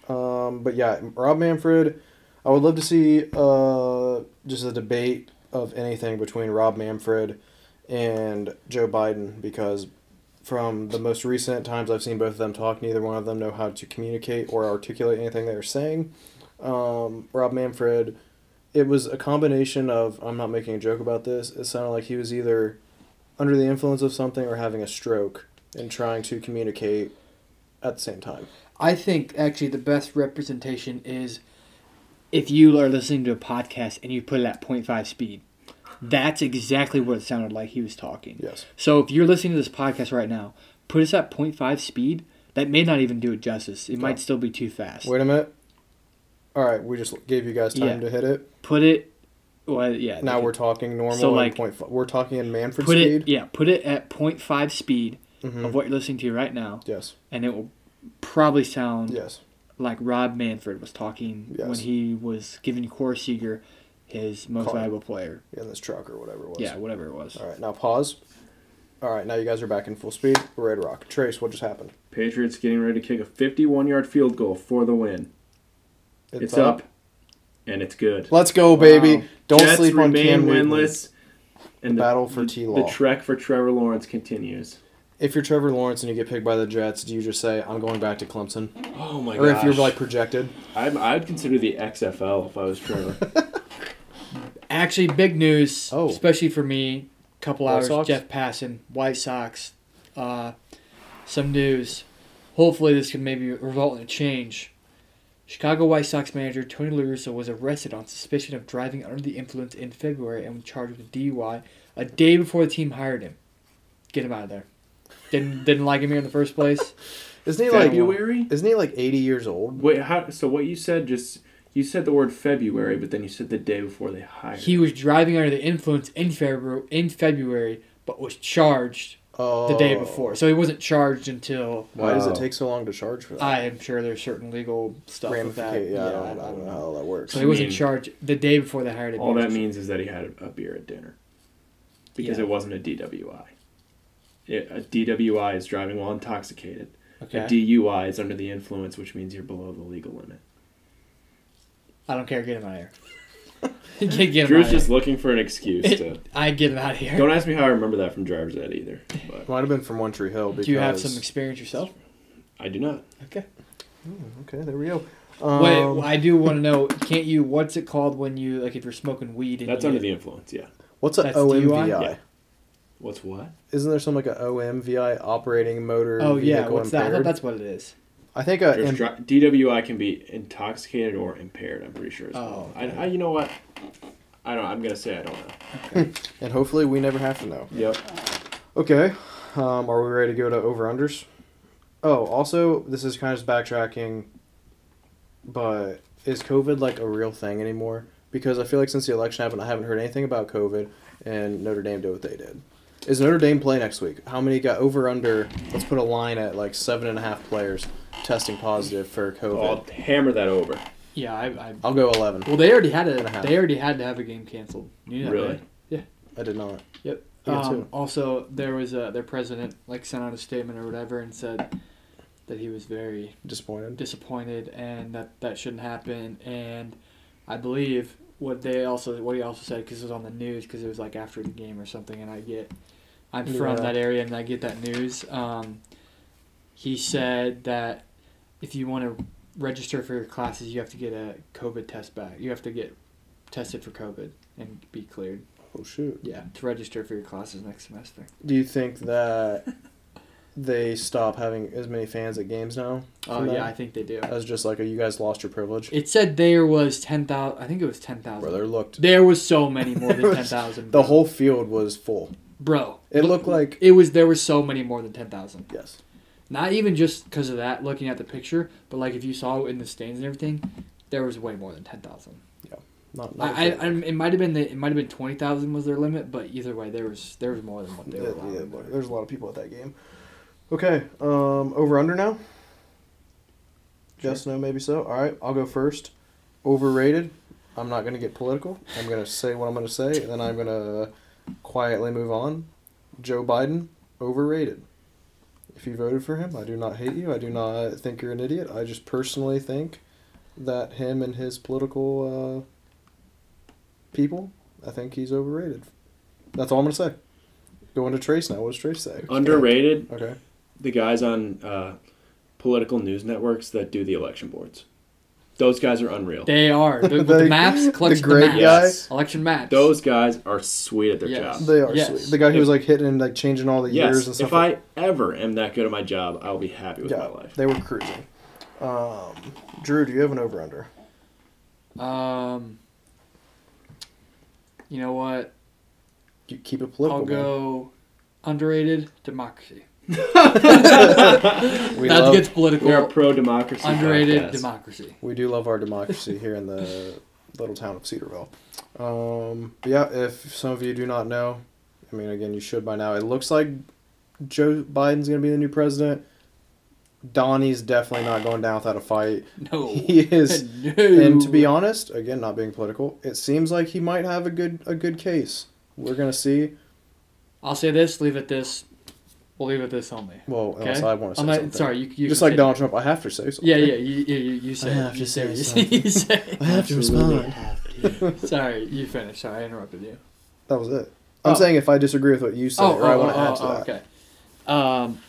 Speaker 1: Um, but yeah, Rob Manfred, I would love to see uh, just a debate of anything between Rob Manfred and Joe Biden because from the most recent times I've seen both of them talk, neither one of them know how to communicate or articulate anything they are saying. Um, Rob Manfred, it was a combination of, I'm not making a joke about this, it sounded like he was either under the influence of something or having a stroke and trying to communicate at the same time.
Speaker 3: i think actually the best representation is if you are listening to a podcast and you put it at 0.5 speed that's exactly what it sounded like he was talking
Speaker 1: Yes.
Speaker 3: so if you're listening to this podcast right now put us at 0.5 speed that may not even do it justice it
Speaker 1: No.
Speaker 3: might still be too fast
Speaker 1: Wait a minute. All right, we just gave you guys time
Speaker 3: Yeah.
Speaker 1: to hit it.
Speaker 3: put it well yeah
Speaker 1: Now we're talking normal.
Speaker 3: So,
Speaker 1: and
Speaker 3: like,
Speaker 1: point fi- we're talking in Manfred
Speaker 3: put
Speaker 1: speed.
Speaker 3: it yeah put it at 0.5 speed
Speaker 1: Mhm.
Speaker 3: of what you're listening to right now
Speaker 1: Yes.
Speaker 3: and it will probably sound
Speaker 1: Yes.
Speaker 3: like Rob Manfred was talking
Speaker 1: Yes.
Speaker 3: when he was giving Corey Seager his most
Speaker 1: Call.
Speaker 3: valuable player.
Speaker 1: In this truck or whatever it was.
Speaker 3: Yeah, whatever it was.
Speaker 1: All right. Now pause. All right. Now you guys are back in full speed. We're ready to rock. Trace, what just happened?
Speaker 2: Patriots getting ready to kick a 51 yard field goal for the win. It's, up. and it's good.
Speaker 1: Let's go, baby.
Speaker 3: Wow.
Speaker 1: Don't
Speaker 2: Jets
Speaker 1: sleep on
Speaker 2: remain
Speaker 1: Cam Newton.
Speaker 2: winless. And
Speaker 1: The battle for T-Law.
Speaker 2: The trek for Trevor Lawrence continues.
Speaker 1: If you're Trevor Lawrence and you get picked by the Jets, do you just say I'm going back to Clemson,
Speaker 2: Oh my
Speaker 1: or if you're like projected?
Speaker 2: I'm, I'd consider the XFL if I was Trevor.
Speaker 3: Actually, big news,
Speaker 1: Oh.
Speaker 3: especially for me. Couple
Speaker 1: White
Speaker 3: hours,
Speaker 1: Sox?
Speaker 3: Jeff Passan, White Sox. Uh, some news. Hopefully, this can maybe result in a change. Chicago White Sox manager Tony La Russa was arrested on suspicion of driving under the influence in February and was charged with DUI a day before the team hired him. Get him out of there. Didn't didn't like him here in the first place.
Speaker 1: Isn't he like
Speaker 2: February?
Speaker 1: isn't he like eighty years old?
Speaker 2: Wait, how, so what you said just you said the word February, but then you said the day before they hired.
Speaker 3: He was driving under the influence in February in February, but was charged
Speaker 1: Oh,
Speaker 3: the day before. So he wasn't charged until
Speaker 1: Why does
Speaker 2: Oh.
Speaker 1: it take so long to charge for that?
Speaker 3: I am sure there's certain legal stuff with that.
Speaker 1: Ramifica- Yeah, I, don't,
Speaker 3: I don't
Speaker 1: know how that works.
Speaker 3: So he was
Speaker 2: I
Speaker 3: in
Speaker 2: mean-
Speaker 3: charge the day before they hired him.
Speaker 2: All that means is that he had a beer at dinner because
Speaker 3: Yeah.
Speaker 2: it wasn't a DWI. It, a DWI is driving while intoxicated.
Speaker 3: Okay.
Speaker 2: A DUI is under the influence, which means you're below the legal limit.
Speaker 3: I don't care. Get him out of here. get, get him out
Speaker 2: Drew's
Speaker 3: of here.
Speaker 2: just looking for an excuse to.
Speaker 3: I get him out of here.
Speaker 2: Don't ask me how I remember that from driver's ed either, but
Speaker 1: Might have been from One Tree Hill. Because...
Speaker 3: Do you have some experience yourself?
Speaker 2: I do not.
Speaker 3: Okay.
Speaker 1: Okay, there we go. Um,
Speaker 3: Wait, I do want to know. Can't you? What's it called when you like if you're smoking weed? And
Speaker 2: That's
Speaker 3: you
Speaker 2: under
Speaker 3: get-
Speaker 2: the influence. Yeah.
Speaker 1: what's a
Speaker 3: that's
Speaker 1: OMVI?
Speaker 3: DUI?
Speaker 2: Yeah. What's what?
Speaker 1: Isn't there some like a OMVI operating motor?
Speaker 3: Oh yeah,
Speaker 1: vehicle
Speaker 3: what's that? I
Speaker 1: impaired?
Speaker 3: thought that's what it is.
Speaker 1: I think uh, a
Speaker 2: There's
Speaker 1: imp-
Speaker 2: dri- DWI can be intoxicated or impaired. I'm pretty sure. As
Speaker 3: Oh,
Speaker 2: well. I, I, you know what? I don't. I'm gonna say I don't know.
Speaker 1: and hopefully we never have to know.
Speaker 2: Yep.
Speaker 1: Okay, um, are we ready to go to over unders? Oh, also this is kind of just backtracking, but is COVID like a real thing anymore? Because I feel like since the election happened, I haven't heard anything about COVID, and Notre Dame did what they did. Is Notre Dame play next week? How many got over under? Let's put a line at like seven and a half players testing positive for
Speaker 2: Oh,
Speaker 1: COVID.
Speaker 2: I'll hammer that over.
Speaker 3: Yeah, I. I
Speaker 1: I'll go eleven.
Speaker 3: well, they already had
Speaker 1: And a
Speaker 3: a.
Speaker 1: half.
Speaker 3: They already had to have a game canceled. You knew that,
Speaker 2: Really?
Speaker 3: right?
Speaker 1: I did not.
Speaker 3: Yep.
Speaker 1: Yeah,
Speaker 3: Um,
Speaker 1: too.
Speaker 3: also, there was a, their president like sent out a statement or whatever and said that he was very
Speaker 1: Disappointed.
Speaker 3: disappointed and that that shouldn't happen. And I believe what they also what he also said because it was on the news because it was like after the game or something. And I get I'm from
Speaker 1: Yeah.
Speaker 3: that area and I get that news. Um, he said that if you want to register for your classes, you have to get a COVID test back. You have to get tested for COVID and be cleared.
Speaker 1: Oh shoot.
Speaker 3: Yeah, to register for your classes next semester.
Speaker 1: Do you think that they stop having as many fans at games now?
Speaker 3: Oh
Speaker 1: For that?
Speaker 3: yeah, I think they do.
Speaker 1: As just like, you guys lost your privilege?
Speaker 3: It said there was ten thousand. I think it was ten thousand.
Speaker 1: Brother looked.
Speaker 3: There was so many more
Speaker 1: There
Speaker 3: than
Speaker 1: was-
Speaker 3: ten thousand.
Speaker 1: The whole field was full.
Speaker 3: bro.
Speaker 1: It looked like.
Speaker 3: It was there was so many more than ten thousand.
Speaker 1: Yes.
Speaker 3: Not even just because of that, looking at the picture, but like if you saw in the stands and everything, there was way more than ten thousand.
Speaker 1: Not, not
Speaker 3: I, I, I, it might have been the, it might have been twenty thousand was their limit, but either way, there was there was more than what they were.
Speaker 1: Yeah,
Speaker 3: allowing.
Speaker 1: but there's a lot of people at that game. Okay. Um, over under now? Yes, no, maybe so. All right. I'll go first. Overrated. I'm not going to get political. I'm going to say what I'm going to say, and then I'm going to quietly move on. Joe Biden, overrated. If you voted for him, I do not hate you. I do not think you're an idiot. I just personally think that him and his political uh, people, I think he's overrated. That's all I'm going to say. Go into Trace now. What does Trace say?
Speaker 2: Underrated.
Speaker 1: Okay.
Speaker 2: The guys on uh, political news networks that do the election boards. Those guys are unreal.
Speaker 3: They are the, with the
Speaker 1: The-
Speaker 3: maps
Speaker 1: the
Speaker 3: collection the
Speaker 1: great
Speaker 3: maps.
Speaker 2: guys.
Speaker 3: election maps.
Speaker 2: Those guys are sweet at their
Speaker 3: Yes.
Speaker 2: job.
Speaker 1: They are
Speaker 3: Yes.
Speaker 1: sweet. The guy who was like hitting and like changing all the years and
Speaker 2: Yes.
Speaker 1: stuff.
Speaker 2: If I ever am that good at my job, I'll be happy with
Speaker 1: yeah,
Speaker 2: my life.
Speaker 1: they were cruising. Um, Drew, do you have an over under?
Speaker 3: Um, you know what?
Speaker 1: You keep it
Speaker 3: I'll
Speaker 1: political.
Speaker 3: go underrated democracy.
Speaker 1: man. We
Speaker 3: that
Speaker 1: love,
Speaker 3: gets political.
Speaker 2: We are pro democracy.
Speaker 3: underrated
Speaker 2: democracy.
Speaker 3: democracy.
Speaker 1: we do love our democracy here in the little town of Cedarville. Um, but yeah, if some of you do not know, I mean, again, you should by now. It looks like Joe Biden's going to be the new president. Donnie's definitely not going down without a fight.
Speaker 3: No.
Speaker 1: He is
Speaker 3: Oh, no.
Speaker 1: And to be honest, again, not being political, it seems like he might have a good a good case. We're gonna see.
Speaker 3: I'll say this. Leave it this. We'll leave it this only.
Speaker 1: Well, unless
Speaker 3: Okay.
Speaker 1: I want to say
Speaker 3: I'm not,
Speaker 1: something.
Speaker 3: sorry, you, you
Speaker 1: just
Speaker 3: can
Speaker 1: like
Speaker 3: say-
Speaker 1: Donald Trump, I have to say something.
Speaker 3: Yeah, yeah. You, you, you you say. it.
Speaker 1: have
Speaker 3: You
Speaker 1: to
Speaker 3: say.
Speaker 1: say
Speaker 3: it. You say.
Speaker 1: I have to respond.
Speaker 3: it. Sorry, you finished. Sorry, I interrupted you.
Speaker 1: That was it. I'm
Speaker 3: Oh.
Speaker 1: saying if I disagree with what you said, or I want to add to that.
Speaker 3: okay. Um,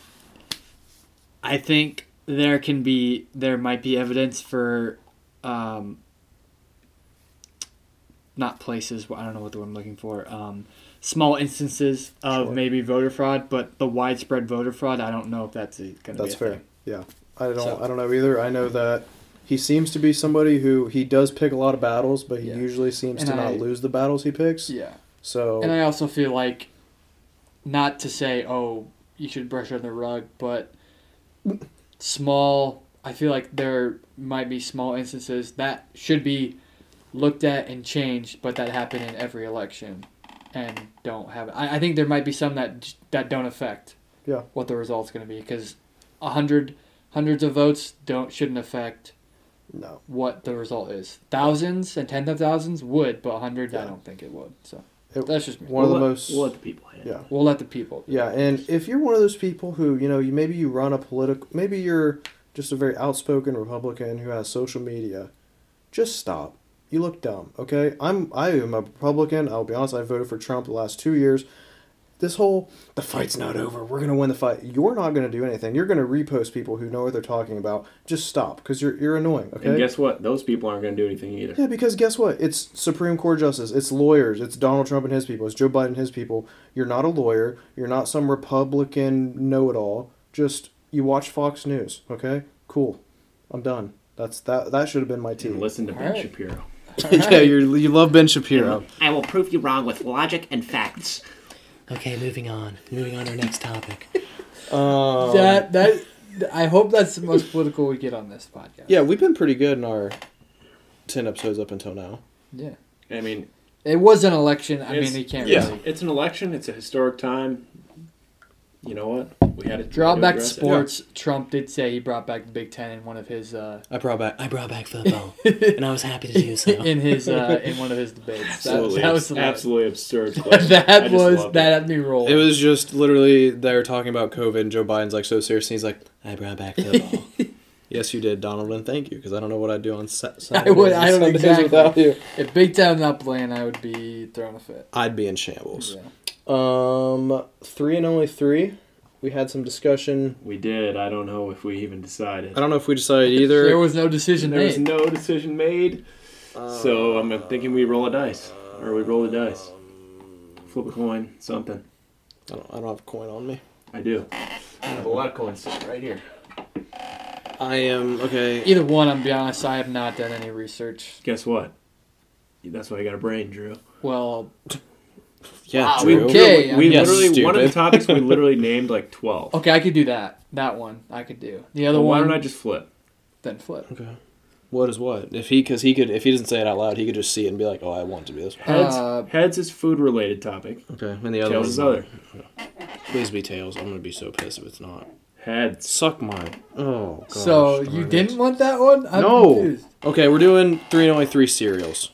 Speaker 3: I think there can be there might be evidence for, um, not places. I don't know what the word I'm looking for. Um, small instances of
Speaker 1: Sure.
Speaker 3: maybe voter fraud, but the widespread voter fraud. I don't know if that's going to be.
Speaker 1: That's
Speaker 3: a
Speaker 1: fair.
Speaker 3: Thing.
Speaker 1: Yeah, I don't.
Speaker 3: So-
Speaker 1: I don't know either. I know that He seems to be somebody who he does pick a lot of battles, but he
Speaker 3: Yeah.
Speaker 1: usually seems
Speaker 3: And
Speaker 1: to
Speaker 3: I-
Speaker 1: not lose the battles he picks.
Speaker 3: Yeah.
Speaker 1: So
Speaker 3: And I also feel like, not to say, oh, you should brush under the rug, but small, I feel like there might be small instances that should be looked at and changed, but that happen in every election and don't have I, I think there might be some that j- that don't affect
Speaker 1: Yeah.
Speaker 3: what the result's going to be because a hundred hundreds of votes don't shouldn't affect
Speaker 1: no,
Speaker 3: what the result is. Thousands and tens of thousands would, but a hundred, I
Speaker 1: Yeah.
Speaker 3: don't think it would. So
Speaker 1: It-
Speaker 3: that's just me.
Speaker 1: one of the
Speaker 2: We'll let-
Speaker 1: most
Speaker 2: We'll let the people handle.
Speaker 1: yeah.
Speaker 2: it.
Speaker 3: We'll let the people.
Speaker 1: Yeah, and if you're one of those people who, you know, you maybe you run a political, maybe you're just a very outspoken Republican who has social media, just stop. You look dumb, okay? I'm I am a Republican. I'll be honest. I voted for Trump the last two years. This whole the fight's not over. We're gonna win the fight. You're not gonna do anything. You're gonna repost people who know what they're talking about. Just stop, because you're you're annoying. Okay.
Speaker 2: And guess what? Those people aren't going to do anything either.
Speaker 1: Yeah, because guess what? It's Supreme Court justice. It's lawyers. It's Donald Trump and his people. It's Joe Biden and his people. You're not a lawyer. You're not some Republican know-it-all. Just you watch Fox News. Okay, cool. I'm done. That's that. That should have been my
Speaker 2: And
Speaker 1: team.
Speaker 2: listen to Ben
Speaker 3: Alright.
Speaker 2: Shapiro.
Speaker 1: yeah, you you love Ben Shapiro.
Speaker 4: I will prove you wrong with logic and facts.
Speaker 5: Okay, moving on. Moving on to our next topic.
Speaker 1: Um,
Speaker 3: that that I hope that's the most political we get on this podcast.
Speaker 1: Yeah, we've been pretty good in our ten episodes up until now.
Speaker 3: Yeah.
Speaker 2: I mean,
Speaker 3: It was an election. I
Speaker 2: it's-
Speaker 3: mean, you can't
Speaker 2: yeah,
Speaker 3: really
Speaker 2: it's an election. It's a historic time. You know what? We had a
Speaker 3: draw back to sports. Trump did say he brought back the Big Ten in one of his uh,
Speaker 1: I brought back.
Speaker 5: I brought back
Speaker 2: Oh.
Speaker 5: football, and I was happy to do so.
Speaker 3: in his uh, in one of his debates. That,
Speaker 2: Absolutely,
Speaker 3: that was
Speaker 2: absolutely absurd. Question. I
Speaker 3: that
Speaker 2: just
Speaker 3: was
Speaker 2: loved
Speaker 3: that
Speaker 2: it.
Speaker 3: had me roll.
Speaker 1: It was just literally they're talking about COVID. and Joe Biden's like so serious. And he's like,
Speaker 5: I brought back football.
Speaker 1: "Yes, you did, Donald, and thank you." Because I don't know what I'd do on Sa-
Speaker 3: I would. I don't
Speaker 1: Sundays
Speaker 3: exactly.
Speaker 1: without you.
Speaker 3: If Big Ten not playing, I would be throwing a fit.
Speaker 1: I'd be in shambles.
Speaker 3: Yeah.
Speaker 1: Um, three and only three. We had some discussion.
Speaker 2: We did. I don't know if we even decided.
Speaker 1: I don't know if we decided
Speaker 3: There
Speaker 1: either.
Speaker 3: was no decision
Speaker 2: There was
Speaker 3: made.
Speaker 2: no decision made,
Speaker 1: Uh,
Speaker 2: so I'm thinking we roll a dice or we roll a dice, flip a coin, something.
Speaker 1: I don't, I don't have a coin on me.
Speaker 2: I do. I have a lot of coins sitting right here.
Speaker 1: I am okay.
Speaker 3: Either one, I'm be honest, I have not done any research.
Speaker 2: Guess what? That's why you got a brain, Drew.
Speaker 3: Well,
Speaker 1: Yeah,
Speaker 3: Wow,
Speaker 2: We,
Speaker 1: Drew.
Speaker 3: okay.
Speaker 2: we, we
Speaker 1: Yeah,
Speaker 2: literally one of the
Speaker 1: stupid.
Speaker 2: topics we literally named like twelve.
Speaker 3: okay, I could do that. That one I could do. The other
Speaker 2: Well, why
Speaker 3: one,
Speaker 2: don't I just flip?
Speaker 3: then flip.
Speaker 1: Okay. What is what? If he, because he could, if he doesn't say it out loud, he could just see it and be like, "Oh, I want to do this." one."
Speaker 2: Heads,
Speaker 3: Uh,
Speaker 2: heads is food related topic.
Speaker 1: Okay. And the other
Speaker 2: Tails
Speaker 1: one
Speaker 2: is other.
Speaker 1: Please be tails. I'm gonna be so pissed if it's not.
Speaker 2: Heads.
Speaker 1: Suck mine. Oh. Gosh,
Speaker 3: so you
Speaker 1: darn it.
Speaker 3: didn't want that one? I'm
Speaker 1: No.
Speaker 3: confused.
Speaker 1: Okay, we're doing three and only three cereals,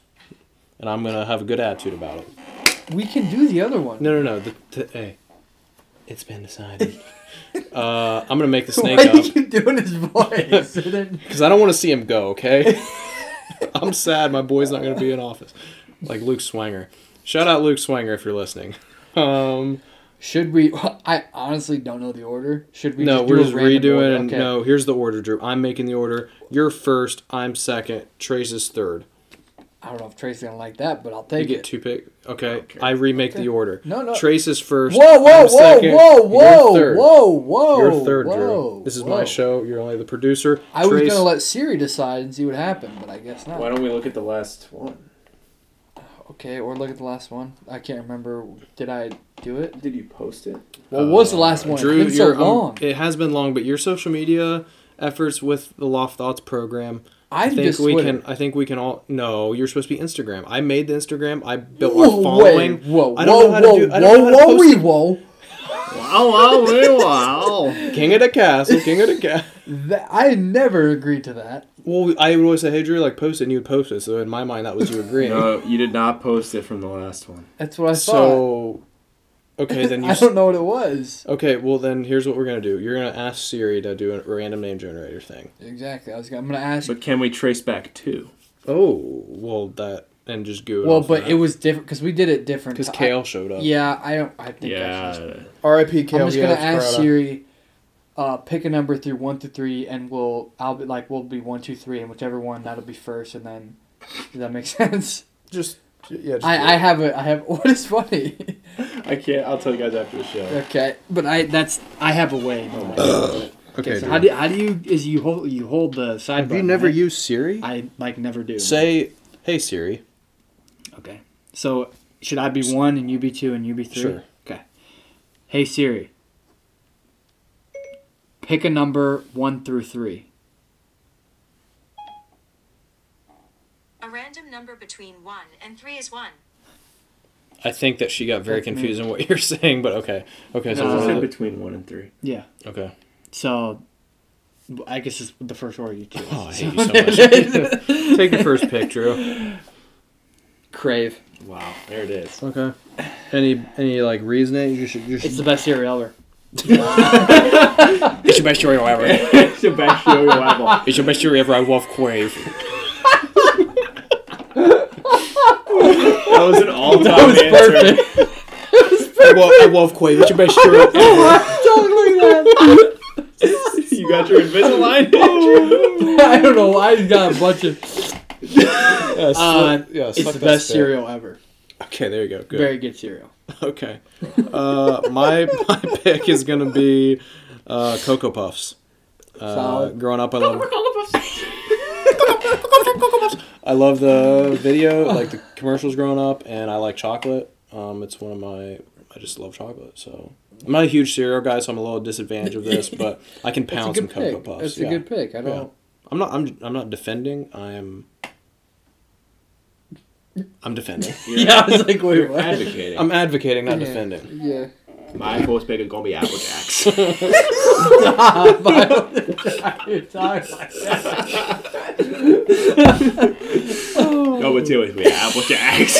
Speaker 1: and I'm gonna have a good attitude about it.
Speaker 3: We can do the other one.
Speaker 1: No, no, no. The, the, hey,
Speaker 5: It's been decided.
Speaker 1: uh, I'm gonna make the snake
Speaker 3: Why
Speaker 1: up.
Speaker 3: are you doing his voice? It didn't-
Speaker 1: Because I don't want to see him go, okay? I'm sad my boy's not going to be in office. Like Luke Swanger. Shout out Luke Swanger if you're listening. Um,
Speaker 3: Should we? I honestly don't know the order. Should we?
Speaker 1: no,
Speaker 3: just
Speaker 1: we're
Speaker 3: do a
Speaker 1: just
Speaker 3: random order?
Speaker 1: redoing it.
Speaker 3: Okay.
Speaker 1: No, here's the order, Drew. I'm making the order. You're first. I'm second. Trace is third.
Speaker 3: I don't know if Tracy's gonna like that, but I'll
Speaker 1: You
Speaker 3: take
Speaker 1: get
Speaker 3: it.
Speaker 1: two pick. Okay.
Speaker 2: Okay.
Speaker 1: I remake
Speaker 3: Okay.
Speaker 1: the order.
Speaker 3: No, no.
Speaker 1: Trace is first.
Speaker 3: Whoa, whoa,
Speaker 1: I'm
Speaker 3: whoa,
Speaker 1: second,
Speaker 3: whoa,
Speaker 1: you're
Speaker 3: whoa,
Speaker 1: third.
Speaker 3: whoa, whoa!
Speaker 1: You're third,
Speaker 3: whoa,
Speaker 1: Drew. This is
Speaker 3: whoa.
Speaker 1: my show. You're only the producer.
Speaker 3: I was
Speaker 1: Trace-
Speaker 3: gonna let Siri decide and see what happened, but I guess not.
Speaker 2: Why don't we look at the last one?
Speaker 3: Okay, or look at the last one. I can't remember. Did I do it?
Speaker 2: Did you post it?
Speaker 3: What was the last one?
Speaker 1: Drew,
Speaker 3: it's been so
Speaker 1: your, um,
Speaker 3: long.
Speaker 1: it has been long, but your social media efforts with the Loft Thoughts program.
Speaker 3: I
Speaker 1: I think
Speaker 3: just
Speaker 1: we
Speaker 3: Twitter.
Speaker 1: can. I think we can all. No, you're supposed to be Instagram. I made the Instagram. I built
Speaker 3: Whoa,
Speaker 1: my following.
Speaker 3: wait, whoa,
Speaker 1: I don't
Speaker 3: whoa,
Speaker 1: know how to
Speaker 3: whoa,
Speaker 1: do- I don't know
Speaker 3: whoa,
Speaker 1: how to
Speaker 3: whoa,
Speaker 1: post
Speaker 3: wee,
Speaker 1: it.
Speaker 3: whoa!
Speaker 4: Wow, wow, wow, wow.
Speaker 1: King of the castle. King of the castle.
Speaker 3: That, I never agreed to that.
Speaker 1: Well, I would always say, "Hey, Drew, like post it," and you would post it. So in my mind, that was you agreeing.
Speaker 2: No, you did not post it from the last one.
Speaker 3: That's what I thought.
Speaker 1: so, okay, then you.
Speaker 3: I
Speaker 1: s-
Speaker 3: don't know what it was.
Speaker 1: Okay, well then here's what we're gonna do. You're gonna ask Siri to do a random name generator thing.
Speaker 3: Exactly. I was. gonna- I'm gonna ask.
Speaker 2: But can we trace back two?
Speaker 1: Oh, well that and just go.
Speaker 3: well, but it was different because we did it different.
Speaker 1: because
Speaker 3: I-
Speaker 1: Kale showed up.
Speaker 3: yeah, I don't. I think I should.
Speaker 2: Yeah.
Speaker 1: R.I.P.
Speaker 3: I'm
Speaker 1: Kale.
Speaker 3: just
Speaker 1: yeah,
Speaker 3: gonna
Speaker 1: that's
Speaker 3: ask
Speaker 1: Corona.
Speaker 3: Siri. Uh, pick a number through one through three, and we'll. I'll be like, we'll be one, two, three, and whichever one that'll be first, and then. Does that make sense?
Speaker 1: Just yeah. Just do it.
Speaker 3: I, I have a. I have. What is funny?
Speaker 2: I can't. I'll tell you guys after the show.
Speaker 1: Oh
Speaker 3: okay, but I. That's. I have a way.
Speaker 6: Okay.
Speaker 3: so
Speaker 6: dude.
Speaker 3: how do how do you is you hold you hold the side?
Speaker 6: Have you
Speaker 3: button,
Speaker 6: never
Speaker 3: right?
Speaker 6: used Siri?
Speaker 3: I like never do.
Speaker 1: Say, hey Siri.
Speaker 3: okay. So should I be one and you be two and you be three?
Speaker 1: Sure.
Speaker 3: Okay. Hey Siri. Pick a number one through three.
Speaker 7: A random number between 1 and 3 is 1.
Speaker 1: I think that she got very
Speaker 3: That's me.
Speaker 1: confused in what you're saying, but okay. Okay, so
Speaker 3: No.
Speaker 1: what
Speaker 2: I
Speaker 1: is
Speaker 2: said
Speaker 1: it?
Speaker 2: between one and three.
Speaker 3: Yeah.
Speaker 1: okay.
Speaker 3: So I guess it's the first order you choose.
Speaker 1: Oh, I hate you so much. Take the first pick, Drew.
Speaker 3: Crave.
Speaker 2: Wow, there it is.
Speaker 6: Okay. Any any like reasoning? You should. You should
Speaker 3: It's the best cereal ever.
Speaker 1: It's your best cereal ever.
Speaker 2: It's the best show you'll ever.
Speaker 1: It's your best cereal ever. I love Quave.
Speaker 2: That was an all-time answer.
Speaker 1: I love, I love Quave. It's your best cereal ever.
Speaker 2: You got your Invisalign. didn't you?
Speaker 3: I don't know why he's got a bunch of.
Speaker 1: Yeah,
Speaker 3: Uh,
Speaker 1: suck- yeah,
Speaker 3: it's
Speaker 1: suck
Speaker 3: the
Speaker 1: that
Speaker 3: best
Speaker 1: spit.
Speaker 3: cereal ever.
Speaker 1: Okay, there you go. Good.
Speaker 3: Very good cereal.
Speaker 1: Okay. Uh, my my pick is gonna be uh, Cocoa Puffs. Uh,
Speaker 3: Solid.
Speaker 1: growing up, I love. I love the video, like the commercials growing up, and I like chocolate. Um, it's one of my. I just love chocolate, so I'm not a huge cereal guy, so I'm a little disadvantage of this, but I can pound some Cocoa Puffs.
Speaker 6: It's
Speaker 1: yeah.
Speaker 6: a good pick. I don't.
Speaker 1: I'm not. I'm. I'm not defending. I'm. I'm defending.
Speaker 3: Yeah, I was like, wait,
Speaker 2: You're
Speaker 3: what?
Speaker 2: advocating.
Speaker 1: I'm advocating, not defending.
Speaker 3: Yeah.
Speaker 2: My post pick is gonna be Apple Jacks. no, but two is me. Apple Jacks.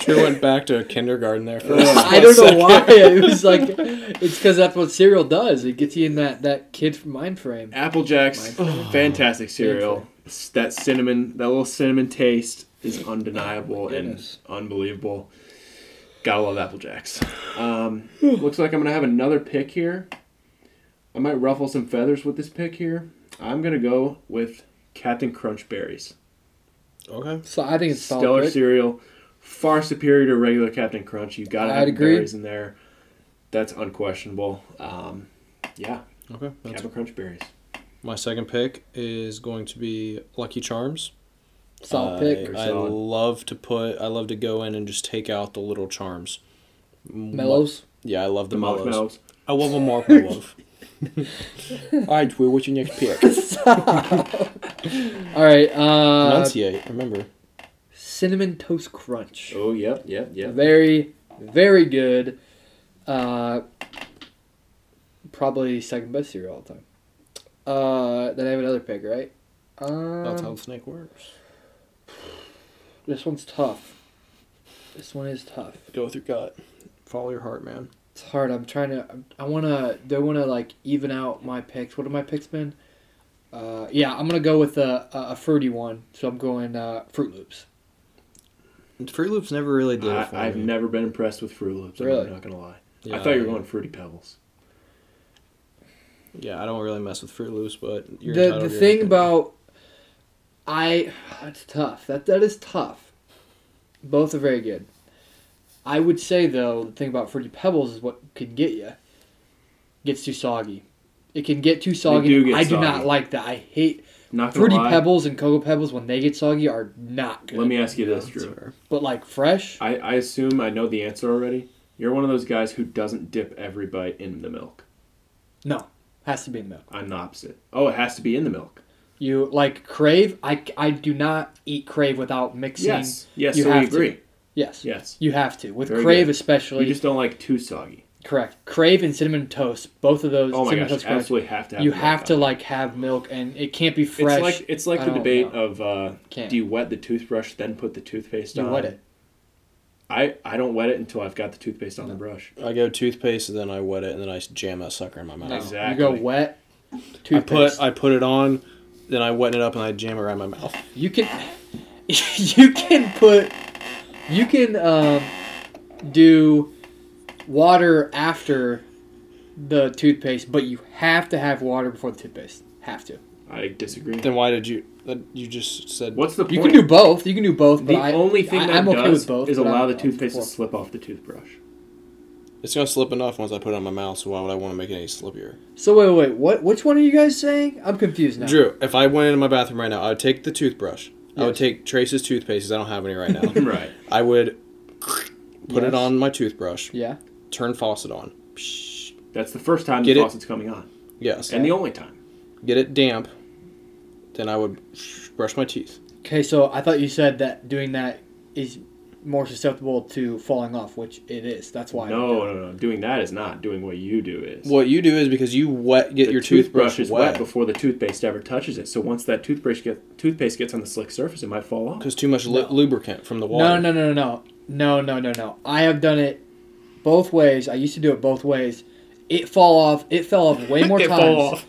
Speaker 1: Drew went back to kindergarten there for.
Speaker 3: I don't know why. It was like, it's because that's what cereal does. It gets you in that that kid mind frame.
Speaker 2: Apple Jacks, fantastic cereal. S- That cinnamon, that little cinnamon taste is undeniable and
Speaker 3: goodness.
Speaker 2: unbelievable. Gotta love Apple Jacks. Um, looks like I'm gonna have another pick here. I might ruffle some feathers with this pick here. I'm gonna go with Captain Crunch Berries.
Speaker 1: Okay.
Speaker 3: So I think it's solid.
Speaker 2: Stellar
Speaker 3: pick.
Speaker 2: cereal, far superior to regular Captain Crunch. You gotta
Speaker 3: I'd
Speaker 2: have
Speaker 3: agree.
Speaker 2: berries in there. That's unquestionable. Um, yeah,
Speaker 1: Okay. That's
Speaker 2: Captain Crunch Berries.
Speaker 1: my second pick is going to be Lucky Charms.
Speaker 3: Solid
Speaker 1: I-
Speaker 3: pick.
Speaker 1: I,
Speaker 2: Solid.
Speaker 1: love to put. I love to go in and just take out the little charms. M-
Speaker 3: Mellows.
Speaker 1: Yeah, I love the,
Speaker 2: The
Speaker 1: mellows.
Speaker 2: marshmallows.
Speaker 1: I love them more. than I love. All right, Drew. What's your next pick?
Speaker 3: Uh, All right. Uh,
Speaker 1: Enunciate. Remember.
Speaker 3: cinnamon toast crunch.
Speaker 2: Oh, yep, yep, yep.
Speaker 3: Very, very good. Uh, probably second best cereal all the time. Uh, then I have another pick, right?
Speaker 1: That's how
Speaker 3: Um,
Speaker 1: the snake works.
Speaker 3: this one's tough. This one is tough.
Speaker 1: Go with your gut. Follow your heart, man.
Speaker 3: It's hard. I'm trying to. I'm- I wanna. Do I wanna like even out my picks? What have my picks been? Uh, yeah, I'm gonna go with a, a a fruity one. So I'm going uh, Fruit Loops.
Speaker 1: Fruit Loops never really did it for
Speaker 2: I, I've
Speaker 1: me.
Speaker 2: never been impressed with Fruit Loops.
Speaker 3: Really?
Speaker 2: I'm not gonna lie.
Speaker 1: Yeah,
Speaker 2: I thought you were going Fruity Pebbles.
Speaker 1: Yeah, I don't really mess with Fruit Loops, but you're
Speaker 3: the
Speaker 1: entitled
Speaker 3: the
Speaker 1: to your
Speaker 3: thing
Speaker 1: opinion.
Speaker 3: about I that's tough. That that is tough. Both are very good. I would say though, the thing about fruity pebbles is what can get you. Gets too soggy. It can get too soggy.
Speaker 2: do get
Speaker 3: I do not
Speaker 2: soggy.
Speaker 3: like that. I hate
Speaker 2: Not gonna
Speaker 3: fruity
Speaker 2: lie.
Speaker 3: pebbles and cocoa pebbles when they get soggy are not good.
Speaker 2: Let me ask you this,
Speaker 1: That's
Speaker 2: Drew.
Speaker 1: fair.
Speaker 3: but like fresh,
Speaker 2: I, I assume I know the answer already. You're one of those guys who doesn't dip every bite in the milk.
Speaker 3: no, has to be in milk.
Speaker 2: I'm the opposite. Oh, it has to be in the milk.
Speaker 3: You like crave. I I do not eat crave without mixing.
Speaker 2: Yes. Yes,
Speaker 3: You
Speaker 2: so we
Speaker 3: have to.
Speaker 2: agree.
Speaker 3: Yes.
Speaker 2: Yes.
Speaker 3: You have to with
Speaker 2: Very
Speaker 3: crave
Speaker 2: good.
Speaker 3: especially.
Speaker 2: You just don't like too soggy.
Speaker 3: Correct. Crave and cinnamon toast. Both of those.
Speaker 2: Oh my
Speaker 3: cinnamon
Speaker 2: gosh,
Speaker 3: toast Crunch,
Speaker 2: absolutely have to have
Speaker 3: you
Speaker 2: milk
Speaker 3: have
Speaker 2: on
Speaker 3: to
Speaker 2: it.
Speaker 3: like have milk, and it can't be fresh.
Speaker 2: It's like it's
Speaker 3: I
Speaker 2: like the
Speaker 3: don't
Speaker 2: debate
Speaker 3: know.
Speaker 2: of uh,
Speaker 3: Can't.
Speaker 2: do you wet the toothbrush then put the toothpaste
Speaker 3: You
Speaker 2: on?
Speaker 3: wet it.
Speaker 2: I, I don't wet it until I've got the toothpaste on the brush.
Speaker 1: I go toothpaste, and then I wet it, and then I jam that sucker in my mouth.
Speaker 3: No.
Speaker 2: Exactly.
Speaker 3: You go wet.
Speaker 1: I
Speaker 3: Toothpaste.
Speaker 1: put I put it on, then I wet it up, and I jam it around my mouth.
Speaker 3: you can. you can put. You can um, do water after the toothpaste, but you have to have water before the toothpaste. Have to.
Speaker 2: I disagree.
Speaker 1: Then why did you?
Speaker 5: uh,
Speaker 1: that- You just said
Speaker 2: What's the
Speaker 3: You
Speaker 2: point?
Speaker 3: can do both. You can do both. But
Speaker 2: The
Speaker 3: I,
Speaker 2: only thing
Speaker 3: I,
Speaker 2: that
Speaker 3: I'm
Speaker 2: does
Speaker 3: okay with both.
Speaker 2: is
Speaker 3: but
Speaker 2: allow
Speaker 3: I'm-
Speaker 2: the
Speaker 3: I'm
Speaker 2: toothpaste to
Speaker 3: for-
Speaker 2: slip off the toothbrush.
Speaker 5: It's gonna slip enough once I put it on my mouth. So why would I want to make it any slippier?
Speaker 3: So wait, wait, wait, what? Which one are you guys saying? I'm confused now.
Speaker 5: Drew, if I went into my bathroom right now, I would take the toothbrush. I
Speaker 3: Yes.
Speaker 5: would take Trace's toothpaste. 'cause I don't have any right now.
Speaker 2: right.
Speaker 5: I would put
Speaker 3: Yes.
Speaker 5: it on my toothbrush.
Speaker 3: Yeah.
Speaker 5: Turn faucet on.
Speaker 2: That's the first time
Speaker 5: Get
Speaker 2: the
Speaker 5: it?
Speaker 2: faucet's coming on,
Speaker 5: Yes.
Speaker 2: and the only time.
Speaker 5: Get it damp. Then I would brush my teeth.
Speaker 3: Okay, so I thought you said that doing that is more susceptible to falling off, which it is. That's why. I don't
Speaker 2: No,
Speaker 3: do it.
Speaker 2: no, no. Doing that is not doing what you do is.
Speaker 5: What you do is because you wet get
Speaker 2: the
Speaker 5: your
Speaker 2: toothbrush,
Speaker 5: toothbrush,
Speaker 2: is wet. before the toothpaste ever touches it. So once that toothbrush get, toothpaste gets on the slick surface, it might fall off.
Speaker 5: because too much lu- lubricant from the water.
Speaker 3: No, no, no, no, no, no, no, no, no. I have done it both ways. I used to do it both ways. It fall off. It fell off way more
Speaker 2: It
Speaker 3: times.
Speaker 2: fall off.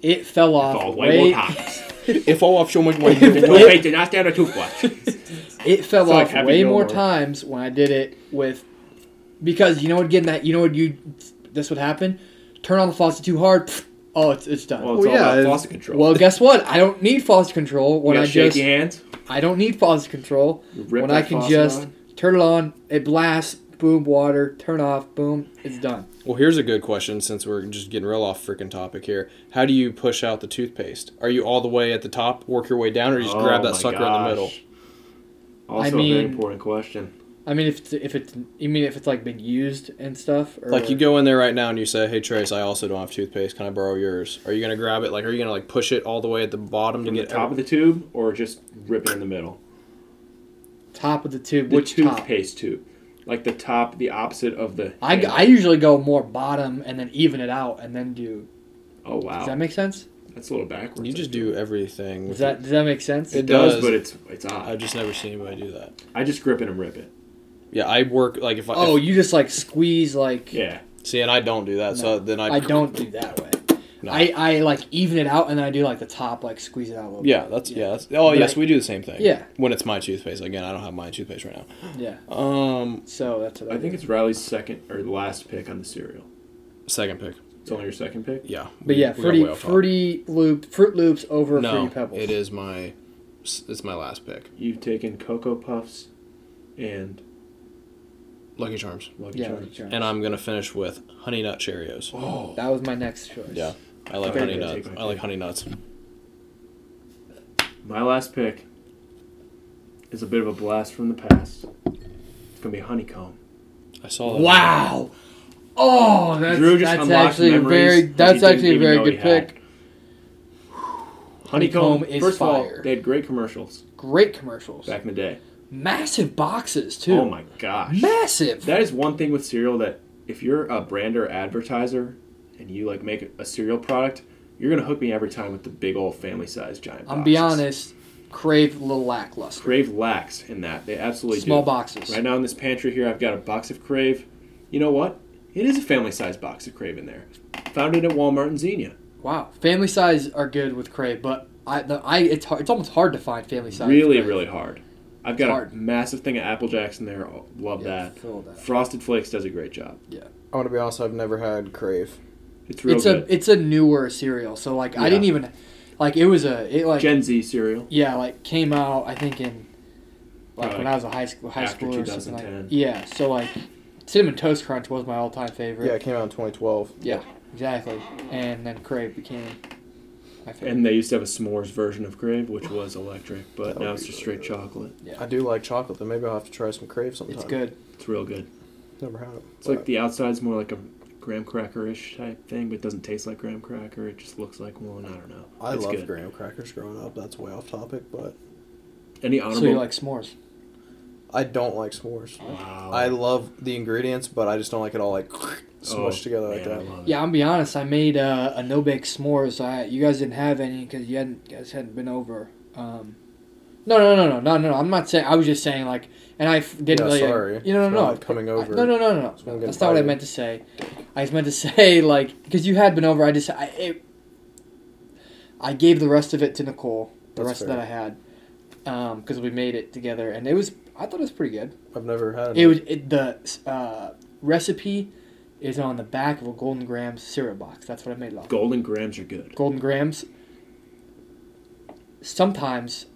Speaker 3: It fell off.
Speaker 2: Fall
Speaker 3: way-
Speaker 2: way more times.
Speaker 5: If all off so much weight,
Speaker 2: The toothpaste did not stand a toothbrush.
Speaker 3: It fell
Speaker 2: It's like
Speaker 3: off
Speaker 2: Happy
Speaker 3: way more
Speaker 2: Gilmore.
Speaker 3: times when I did it with because you know what getting that you know what you this would happen turn on the faucet too hard pfft, oh it's, it's done
Speaker 2: Well,
Speaker 3: well,
Speaker 2: it's
Speaker 1: Well,
Speaker 2: all
Speaker 1: yeah,
Speaker 2: about
Speaker 1: it's-
Speaker 2: faucet control.
Speaker 3: guess what I don't need faucet control
Speaker 2: you
Speaker 3: when
Speaker 2: got
Speaker 3: I
Speaker 2: shaky
Speaker 3: just
Speaker 2: hands.
Speaker 3: I don't need faucet control
Speaker 2: Rip
Speaker 3: when
Speaker 2: that
Speaker 3: I can
Speaker 2: faucet
Speaker 3: just
Speaker 2: on.
Speaker 3: turn it on it blasts boom water turn off boom it's done
Speaker 5: well, here's a good question since we're just getting real off freaking topic here. How do you push out the toothpaste? Are you all the way at the top, work your way down, or just
Speaker 2: Oh
Speaker 5: grab that
Speaker 2: my
Speaker 5: sucker in the
Speaker 2: gosh.
Speaker 5: middle?
Speaker 2: Also,
Speaker 3: I
Speaker 2: a
Speaker 3: mean-
Speaker 2: very important question.
Speaker 3: I mean if it's, if it's you mean if it's like been used and stuff or
Speaker 5: Like you go in there right now and you say, "Hey Trace, I also don't have toothpaste. Can I borrow yours?" Are you gonna grab it? Like, are you gonna like push it all the way at the bottom to
Speaker 2: From the
Speaker 5: get
Speaker 2: top of the tube, or just rip it in the middle?
Speaker 3: top of the tube
Speaker 2: The
Speaker 3: which top
Speaker 2: toothpaste tube, like the top, the opposite of the.
Speaker 3: I, I usually go more bottom and then even it out and then do
Speaker 2: oh wow,
Speaker 3: Does that make sense?
Speaker 2: that's a little backwards.
Speaker 5: You just do everything.
Speaker 3: Does
Speaker 5: with
Speaker 3: that
Speaker 5: it.
Speaker 3: does that make sense?
Speaker 5: It
Speaker 2: It does,
Speaker 5: does.
Speaker 2: but it's it's odd.
Speaker 5: I've just never seen anybody do that.
Speaker 2: I just grip it and rip it.
Speaker 5: Yeah, I work like if I
Speaker 3: oh,
Speaker 5: if-
Speaker 3: you just like squeeze like
Speaker 2: Yeah,
Speaker 5: see, and I don't do that. So uh, then I
Speaker 3: I don't do that way.
Speaker 5: No.
Speaker 3: I, I like even it out and then I do like the top like squeeze it out a little.
Speaker 5: Yeah, that's yeah. that's, oh
Speaker 3: But
Speaker 5: yes,
Speaker 3: I-
Speaker 5: we do the same thing.
Speaker 3: Yeah.
Speaker 5: When it's my toothpaste again, I don't have my toothpaste right now.
Speaker 3: bit. yeah.
Speaker 5: Um,
Speaker 3: So that's what I,
Speaker 2: I think
Speaker 3: do.
Speaker 2: it's Riley's second or last pick on the cereal.
Speaker 5: second pick.
Speaker 2: It's only your second pick.
Speaker 5: Yeah.
Speaker 3: But yeah, fruity fruity loop fruit loops over
Speaker 5: No,
Speaker 3: fruity pebbles.
Speaker 5: it is my. It's my last pick.
Speaker 2: You've taken Cocoa Puffs and
Speaker 5: Lucky Charms,
Speaker 2: Lucky
Speaker 3: Yeah,
Speaker 2: Charms.
Speaker 3: Lucky Charms.
Speaker 5: and I'm gonna finish with Honey Nut Cheerios.
Speaker 2: Oh,
Speaker 3: that was my next choice.
Speaker 5: Yeah, I like
Speaker 2: Okay,
Speaker 5: Honey
Speaker 2: I'm gonna
Speaker 5: Nuts.
Speaker 2: take my
Speaker 5: I like Honey Nuts.
Speaker 2: my last pick is a bit of a blast from the past. It's gonna be honeycomb.
Speaker 5: I saw that.
Speaker 3: Wow. Oh, that's
Speaker 2: Drew just
Speaker 3: that's
Speaker 2: unlocked
Speaker 3: actually a
Speaker 2: memories
Speaker 3: very
Speaker 2: that he
Speaker 3: that's
Speaker 2: didn't
Speaker 3: actually a
Speaker 2: even
Speaker 3: very
Speaker 2: know he
Speaker 3: good pick.
Speaker 2: had. Honeycomb,
Speaker 3: Honeycomb is
Speaker 2: first of
Speaker 3: fire.
Speaker 2: all, they had great commercials
Speaker 3: Great commercials.
Speaker 2: back in the day.
Speaker 3: Massive boxes too.
Speaker 2: Oh my gosh.
Speaker 3: Massive.
Speaker 2: That is one thing with cereal that if you're a brand or advertiser and you like make a cereal product, you're gonna hook me every time with the big old family size giant.
Speaker 3: I'm
Speaker 2: boxes.
Speaker 3: be honest, crave a little lackluster.
Speaker 2: Crave lacks in that. They absolutely
Speaker 3: Small
Speaker 2: do.
Speaker 3: boxes.
Speaker 2: Right now in this pantry here, I've got a box of Crave. You know what? It is a family size box of Crave in there. Found it at Walmart and Xenia.
Speaker 3: Wow, family size are good with crave, but I the I it's hard, it's almost hard to find family size.
Speaker 2: really,
Speaker 3: Crave.
Speaker 2: really hard. I've got
Speaker 3: hard.
Speaker 2: a massive thing of Apple Jacks in there. Oh, Love
Speaker 3: Yeah,
Speaker 2: that.
Speaker 3: fill that.
Speaker 2: Frosted Flakes does a great job.
Speaker 1: I'm gonna be honest. I've never had crave.
Speaker 2: It's real
Speaker 3: It's
Speaker 2: good.
Speaker 3: a it's a newer cereal, so like
Speaker 2: Yeah.
Speaker 3: I didn't even like it was a it like
Speaker 2: Gen Z cereal.
Speaker 3: yeah like came out I think in like
Speaker 2: Probably
Speaker 3: when I was a high school high
Speaker 2: Oh, after
Speaker 3: school or something like
Speaker 2: 2010.
Speaker 3: yeah. So like cinnamon toast crunch was my all time
Speaker 1: Yeah, it
Speaker 3: favorite.
Speaker 1: came out in 2012.
Speaker 3: Yeah, exactly. And then crave became my favorite.
Speaker 2: And they used to have a s'mores version of Crave, which was electric, but now it's just straight chocolate.
Speaker 1: I do like chocolate, though. Maybe I'll have to try some crave sometime.
Speaker 3: it's good.
Speaker 2: It's real good.
Speaker 1: Never had it.
Speaker 2: It's like the outside's more like a graham cracker-ish type thing, but it doesn't taste like graham cracker. It just looks like one. I don't know.
Speaker 1: I
Speaker 2: it's
Speaker 1: loved
Speaker 2: good.
Speaker 1: graham crackers growing up. That's way off topic, but
Speaker 2: Any honorable?
Speaker 3: So you like s'mores?
Speaker 1: I don't like s'mores.
Speaker 2: wow.
Speaker 1: I love the ingredients, but I just don't like it all like smushed
Speaker 2: Oh,
Speaker 1: together like
Speaker 2: man, I
Speaker 1: that.
Speaker 2: love it.
Speaker 3: Yeah, I'm be honest. I made uh, a no bake s'mores. I you guys didn't have any because you hadn't you guys hadn't been over. Um, no, no, no, no, no, no. I'm not saying. I was just saying like, and I f- didn't
Speaker 1: Yeah,
Speaker 3: really.
Speaker 1: sorry.
Speaker 3: You know,
Speaker 1: It's
Speaker 3: no,
Speaker 1: not
Speaker 3: no,
Speaker 1: like coming
Speaker 3: I-
Speaker 1: over.
Speaker 3: Uh, no, no, no, no,
Speaker 1: It's
Speaker 3: no.
Speaker 1: when we
Speaker 3: That's
Speaker 1: get
Speaker 3: not what I
Speaker 1: invited.
Speaker 3: meant to say. I just meant to say like because you had been over. I just I it, I gave the rest of it to Nicole. The
Speaker 1: That's
Speaker 3: rest
Speaker 1: fair.
Speaker 3: that I had because we made it together, and it was. I thought it was pretty good.
Speaker 1: I've never had
Speaker 3: It
Speaker 1: it.
Speaker 3: was it, the uh, recipe is on the back of a Golden Grams cereal box. That's what I made it off.
Speaker 2: Golden grams are good.
Speaker 3: Golden Grams. Sometimes,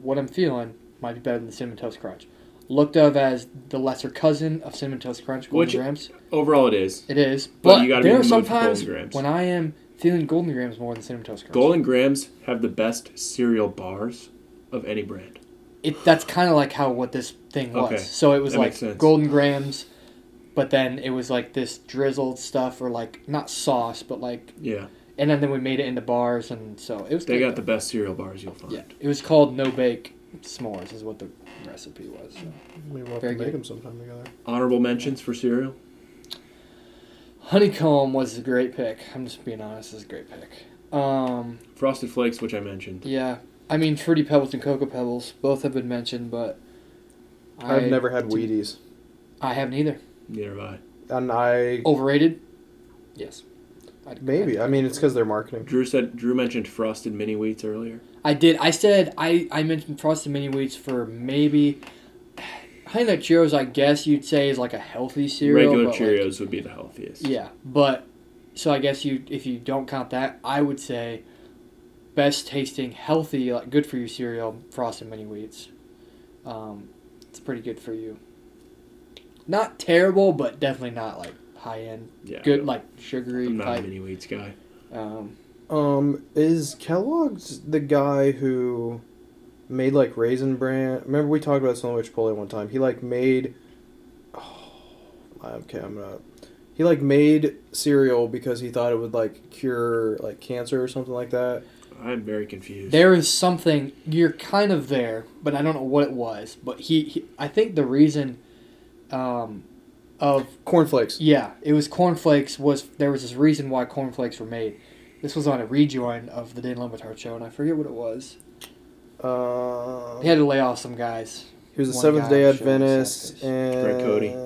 Speaker 3: what I'm feeling might be better than the cinnamon toast crunch. looked of as the lesser cousin of cinnamon toast crunch golden
Speaker 2: Which-
Speaker 3: grams.
Speaker 2: Overall, it is
Speaker 3: It is,
Speaker 2: But
Speaker 3: but,
Speaker 2: you gotta be in
Speaker 3: there
Speaker 2: the
Speaker 3: are
Speaker 2: mood for Golden
Speaker 3: sometimes
Speaker 2: Grahams.
Speaker 3: when I am feeling golden grams more than cinnamon toast crunch.
Speaker 2: Golden Grams have the best cereal bars of any brand.
Speaker 3: It that's kind of like how what this thing was.
Speaker 2: Okay.
Speaker 3: So it was
Speaker 2: That
Speaker 3: like
Speaker 2: makes sense.
Speaker 3: golden grams, but then it was like this drizzled stuff or like not sauce, but like
Speaker 2: Yeah,
Speaker 3: and then, then we made it into bars and so it was.
Speaker 2: they
Speaker 3: good
Speaker 2: got the
Speaker 3: though.
Speaker 2: best cereal bars you'll find.
Speaker 3: Yeah, it was called no bake s'mores is what the recipe was.
Speaker 2: Mm.
Speaker 3: so.
Speaker 1: Maybe we'll have
Speaker 3: Very
Speaker 1: to make
Speaker 3: good.
Speaker 1: them sometime together.
Speaker 2: Honorable mentions for cereal.
Speaker 3: Honeycomb was a great pick. I'm just being honest, it's a great pick. Um,
Speaker 2: Frosted Flakes, which I mentioned.
Speaker 3: yeah, I mean Fruity Pebbles and Cocoa Pebbles both have been mentioned, but
Speaker 1: I've never had Wheaties,
Speaker 3: I haven't either.
Speaker 2: Neither have I.
Speaker 1: and I
Speaker 3: Overrated? Yes. I'd-
Speaker 1: maybe. I mean, it's because they're marketing.
Speaker 2: Drew said Drew mentioned Frosted Mini Wheats earlier.
Speaker 3: I did. I said I, I mentioned frosted mini wheats for maybe Honey Nut Cheerios. I guess you'd say is like a healthy cereal.
Speaker 2: Regular
Speaker 3: but, like,
Speaker 2: Cheerios would be the healthiest.
Speaker 3: yeah, but so I guess you if you don't count that, I would say best tasting healthy like good for you cereal frosted mini wheats. Um, it's pretty good for you. Not terrible, but definitely not like high end.
Speaker 2: Yeah,
Speaker 3: good
Speaker 2: no.
Speaker 3: like sugary
Speaker 2: I'm not a
Speaker 3: type.
Speaker 2: Mini Wheats guy.
Speaker 3: Um,
Speaker 1: Um, is Kellogg's the guy who made like raisin bran? Remember we talked about this on the Chipotle one time. He like made. Oh, okay, I'm not. He like made cereal because he thought it would like cure like cancer or something like that.
Speaker 2: I'm very confused.
Speaker 3: There is something you're kind of there, but I don't know what it was. But he, he I think the reason, um, of
Speaker 1: Cornflakes.
Speaker 3: yeah, it was cornflakes. Was there was this reason why cornflakes were made? This was on a rejoin of the Dan Lombard show, and I forget what it was.
Speaker 1: Uh,
Speaker 3: They had to lay off some guys.
Speaker 1: he was a
Speaker 3: one
Speaker 1: Seventh
Speaker 3: guy
Speaker 1: Day
Speaker 3: on the show was
Speaker 1: Adventist
Speaker 3: Saturdays.
Speaker 1: and
Speaker 2: Greg Cody.
Speaker 3: Uh,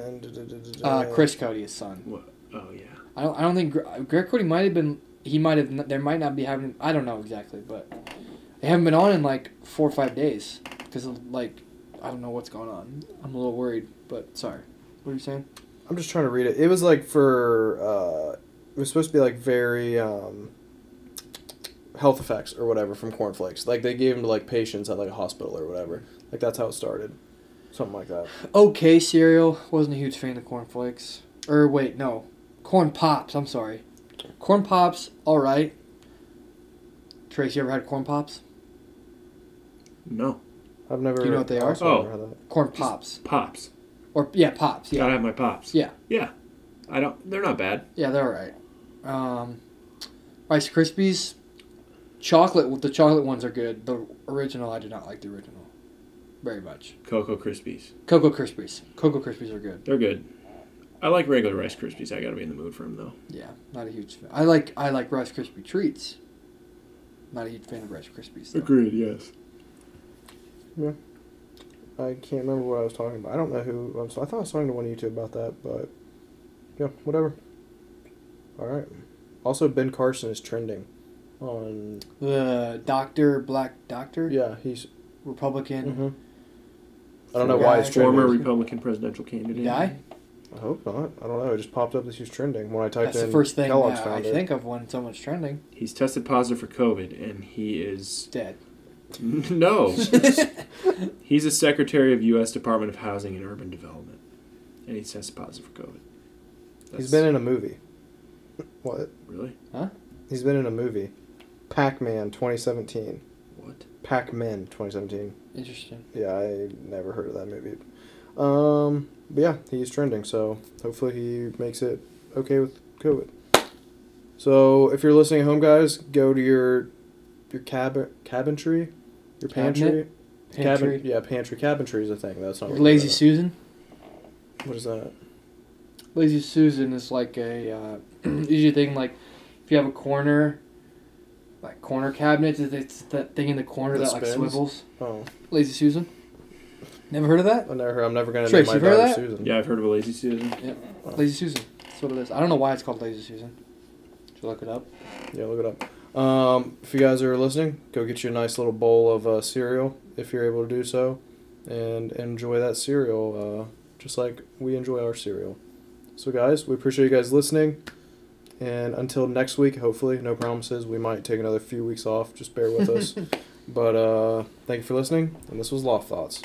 Speaker 1: Oh.
Speaker 3: Chris Cody, his son.
Speaker 2: What? Oh yeah.
Speaker 3: I don't. I don't think Gre- Greg Cody might have been. He might have. n- There might not be having. I don't know exactly, but they haven't been on in like four or five days because like I don't know what's going on. I'm a little worried, but sorry. What are you saying?
Speaker 1: I'm just trying to read it. It was like for uh, it was supposed to be like very um, health effects or whatever from cornflakes. Like they gave them to like patients at like a hospital or whatever. Like that's how it started, something like that.
Speaker 3: Okay, cereal. Wasn't a huge fan of corn flakes. Or wait, no, corn pops. I'm sorry, corn pops. All right. Trace, you ever had corn pops?
Speaker 2: No.
Speaker 1: I've never.
Speaker 3: You know what they are?
Speaker 1: also
Speaker 2: Oh.
Speaker 1: never had that.
Speaker 3: Corn pops.
Speaker 2: Pops.
Speaker 3: Or yeah, pops. Yeah,
Speaker 2: Gotta have my pops.
Speaker 3: Yeah.
Speaker 2: Yeah. I don't. They're not bad.
Speaker 3: Yeah, they're all right. Um, Rice Krispies, chocolate. The chocolate ones are good. The original, I do not like the original very much.
Speaker 2: Cocoa Krispies.
Speaker 3: Cocoa Krispies. Cocoa Krispies are good.
Speaker 2: They're good. I like regular Rice Krispies. I gotta be in the mood for them though.
Speaker 3: Yeah, not a huge fan. I like I like Rice Krispie treats. Not a huge fan of Rice Krispies. though.
Speaker 2: Agreed. Yes.
Speaker 1: I can't remember what I was talking about. I don't know who. I, was, I thought I was talking to one of you two about that, but yeah, whatever. All right. Also, Ben Carson is trending on.
Speaker 3: The doctor, black doctor,
Speaker 1: Yeah, he's.
Speaker 3: Republican.
Speaker 1: mhm. I don't know why it's trending.
Speaker 2: Former Republican presidential candidate.
Speaker 3: Guy?
Speaker 1: I hope not. I don't know. It just popped up as he was trending when I typed
Speaker 3: That's
Speaker 1: in.
Speaker 3: the first thing
Speaker 1: Kellogg's
Speaker 3: that I
Speaker 1: found it.
Speaker 3: think of when someone's trending.
Speaker 2: He's tested positive for COVID, and he is
Speaker 3: Dead.
Speaker 2: no. He's a secretary of U.S. Department of Housing and Urban Development, and he's tested positive for COVID.
Speaker 1: He's been in a movie. What?
Speaker 2: really
Speaker 1: He's been in a movie. Pac Man 2017.
Speaker 2: what?
Speaker 1: Pac Men 2017.
Speaker 3: Interesting.
Speaker 1: Yeah, I never heard of that movie. Um, but yeah, he's trending, so hopefully he makes it okay with COVID. So if you're listening at home, guys, go to your your cabin cabinetry, your pantry,
Speaker 3: Cabinet? Pantry.
Speaker 1: cabin, yeah, pantry cabinetry is a thing. That's not what
Speaker 3: Lazy
Speaker 1: we're doing.
Speaker 3: Susan.
Speaker 1: What is that?
Speaker 3: Lazy Susan is like a uh, usually thing like if you have a corner, like corner cabinets, it's- it's that thing in the corner
Speaker 1: That
Speaker 3: that, like
Speaker 1: spins?
Speaker 3: swivels.
Speaker 1: Oh,
Speaker 3: Lazy Susan. Never heard of that?
Speaker 1: I never. I'm never gonna name
Speaker 3: Trace,
Speaker 1: my
Speaker 3: you've heard
Speaker 1: daughter
Speaker 3: of that?
Speaker 1: Susan.
Speaker 2: Yeah, I've heard of a lazy Susan.
Speaker 3: Lazy Susan. That's what it is. I don't know why it's called Lazy Susan. Should you look it up?
Speaker 1: Yeah, look it up. Um, if you guys are listening, go get you a nice little bowl of uh, cereal if you're able to do so, and enjoy that cereal uh, just like we enjoy our cereal. So, guys, we appreciate you guys listening, and until next week, hopefully, no promises. We might take another few weeks off. Just bear with us. but uh, thank you for listening, and this was Loft Thoughts.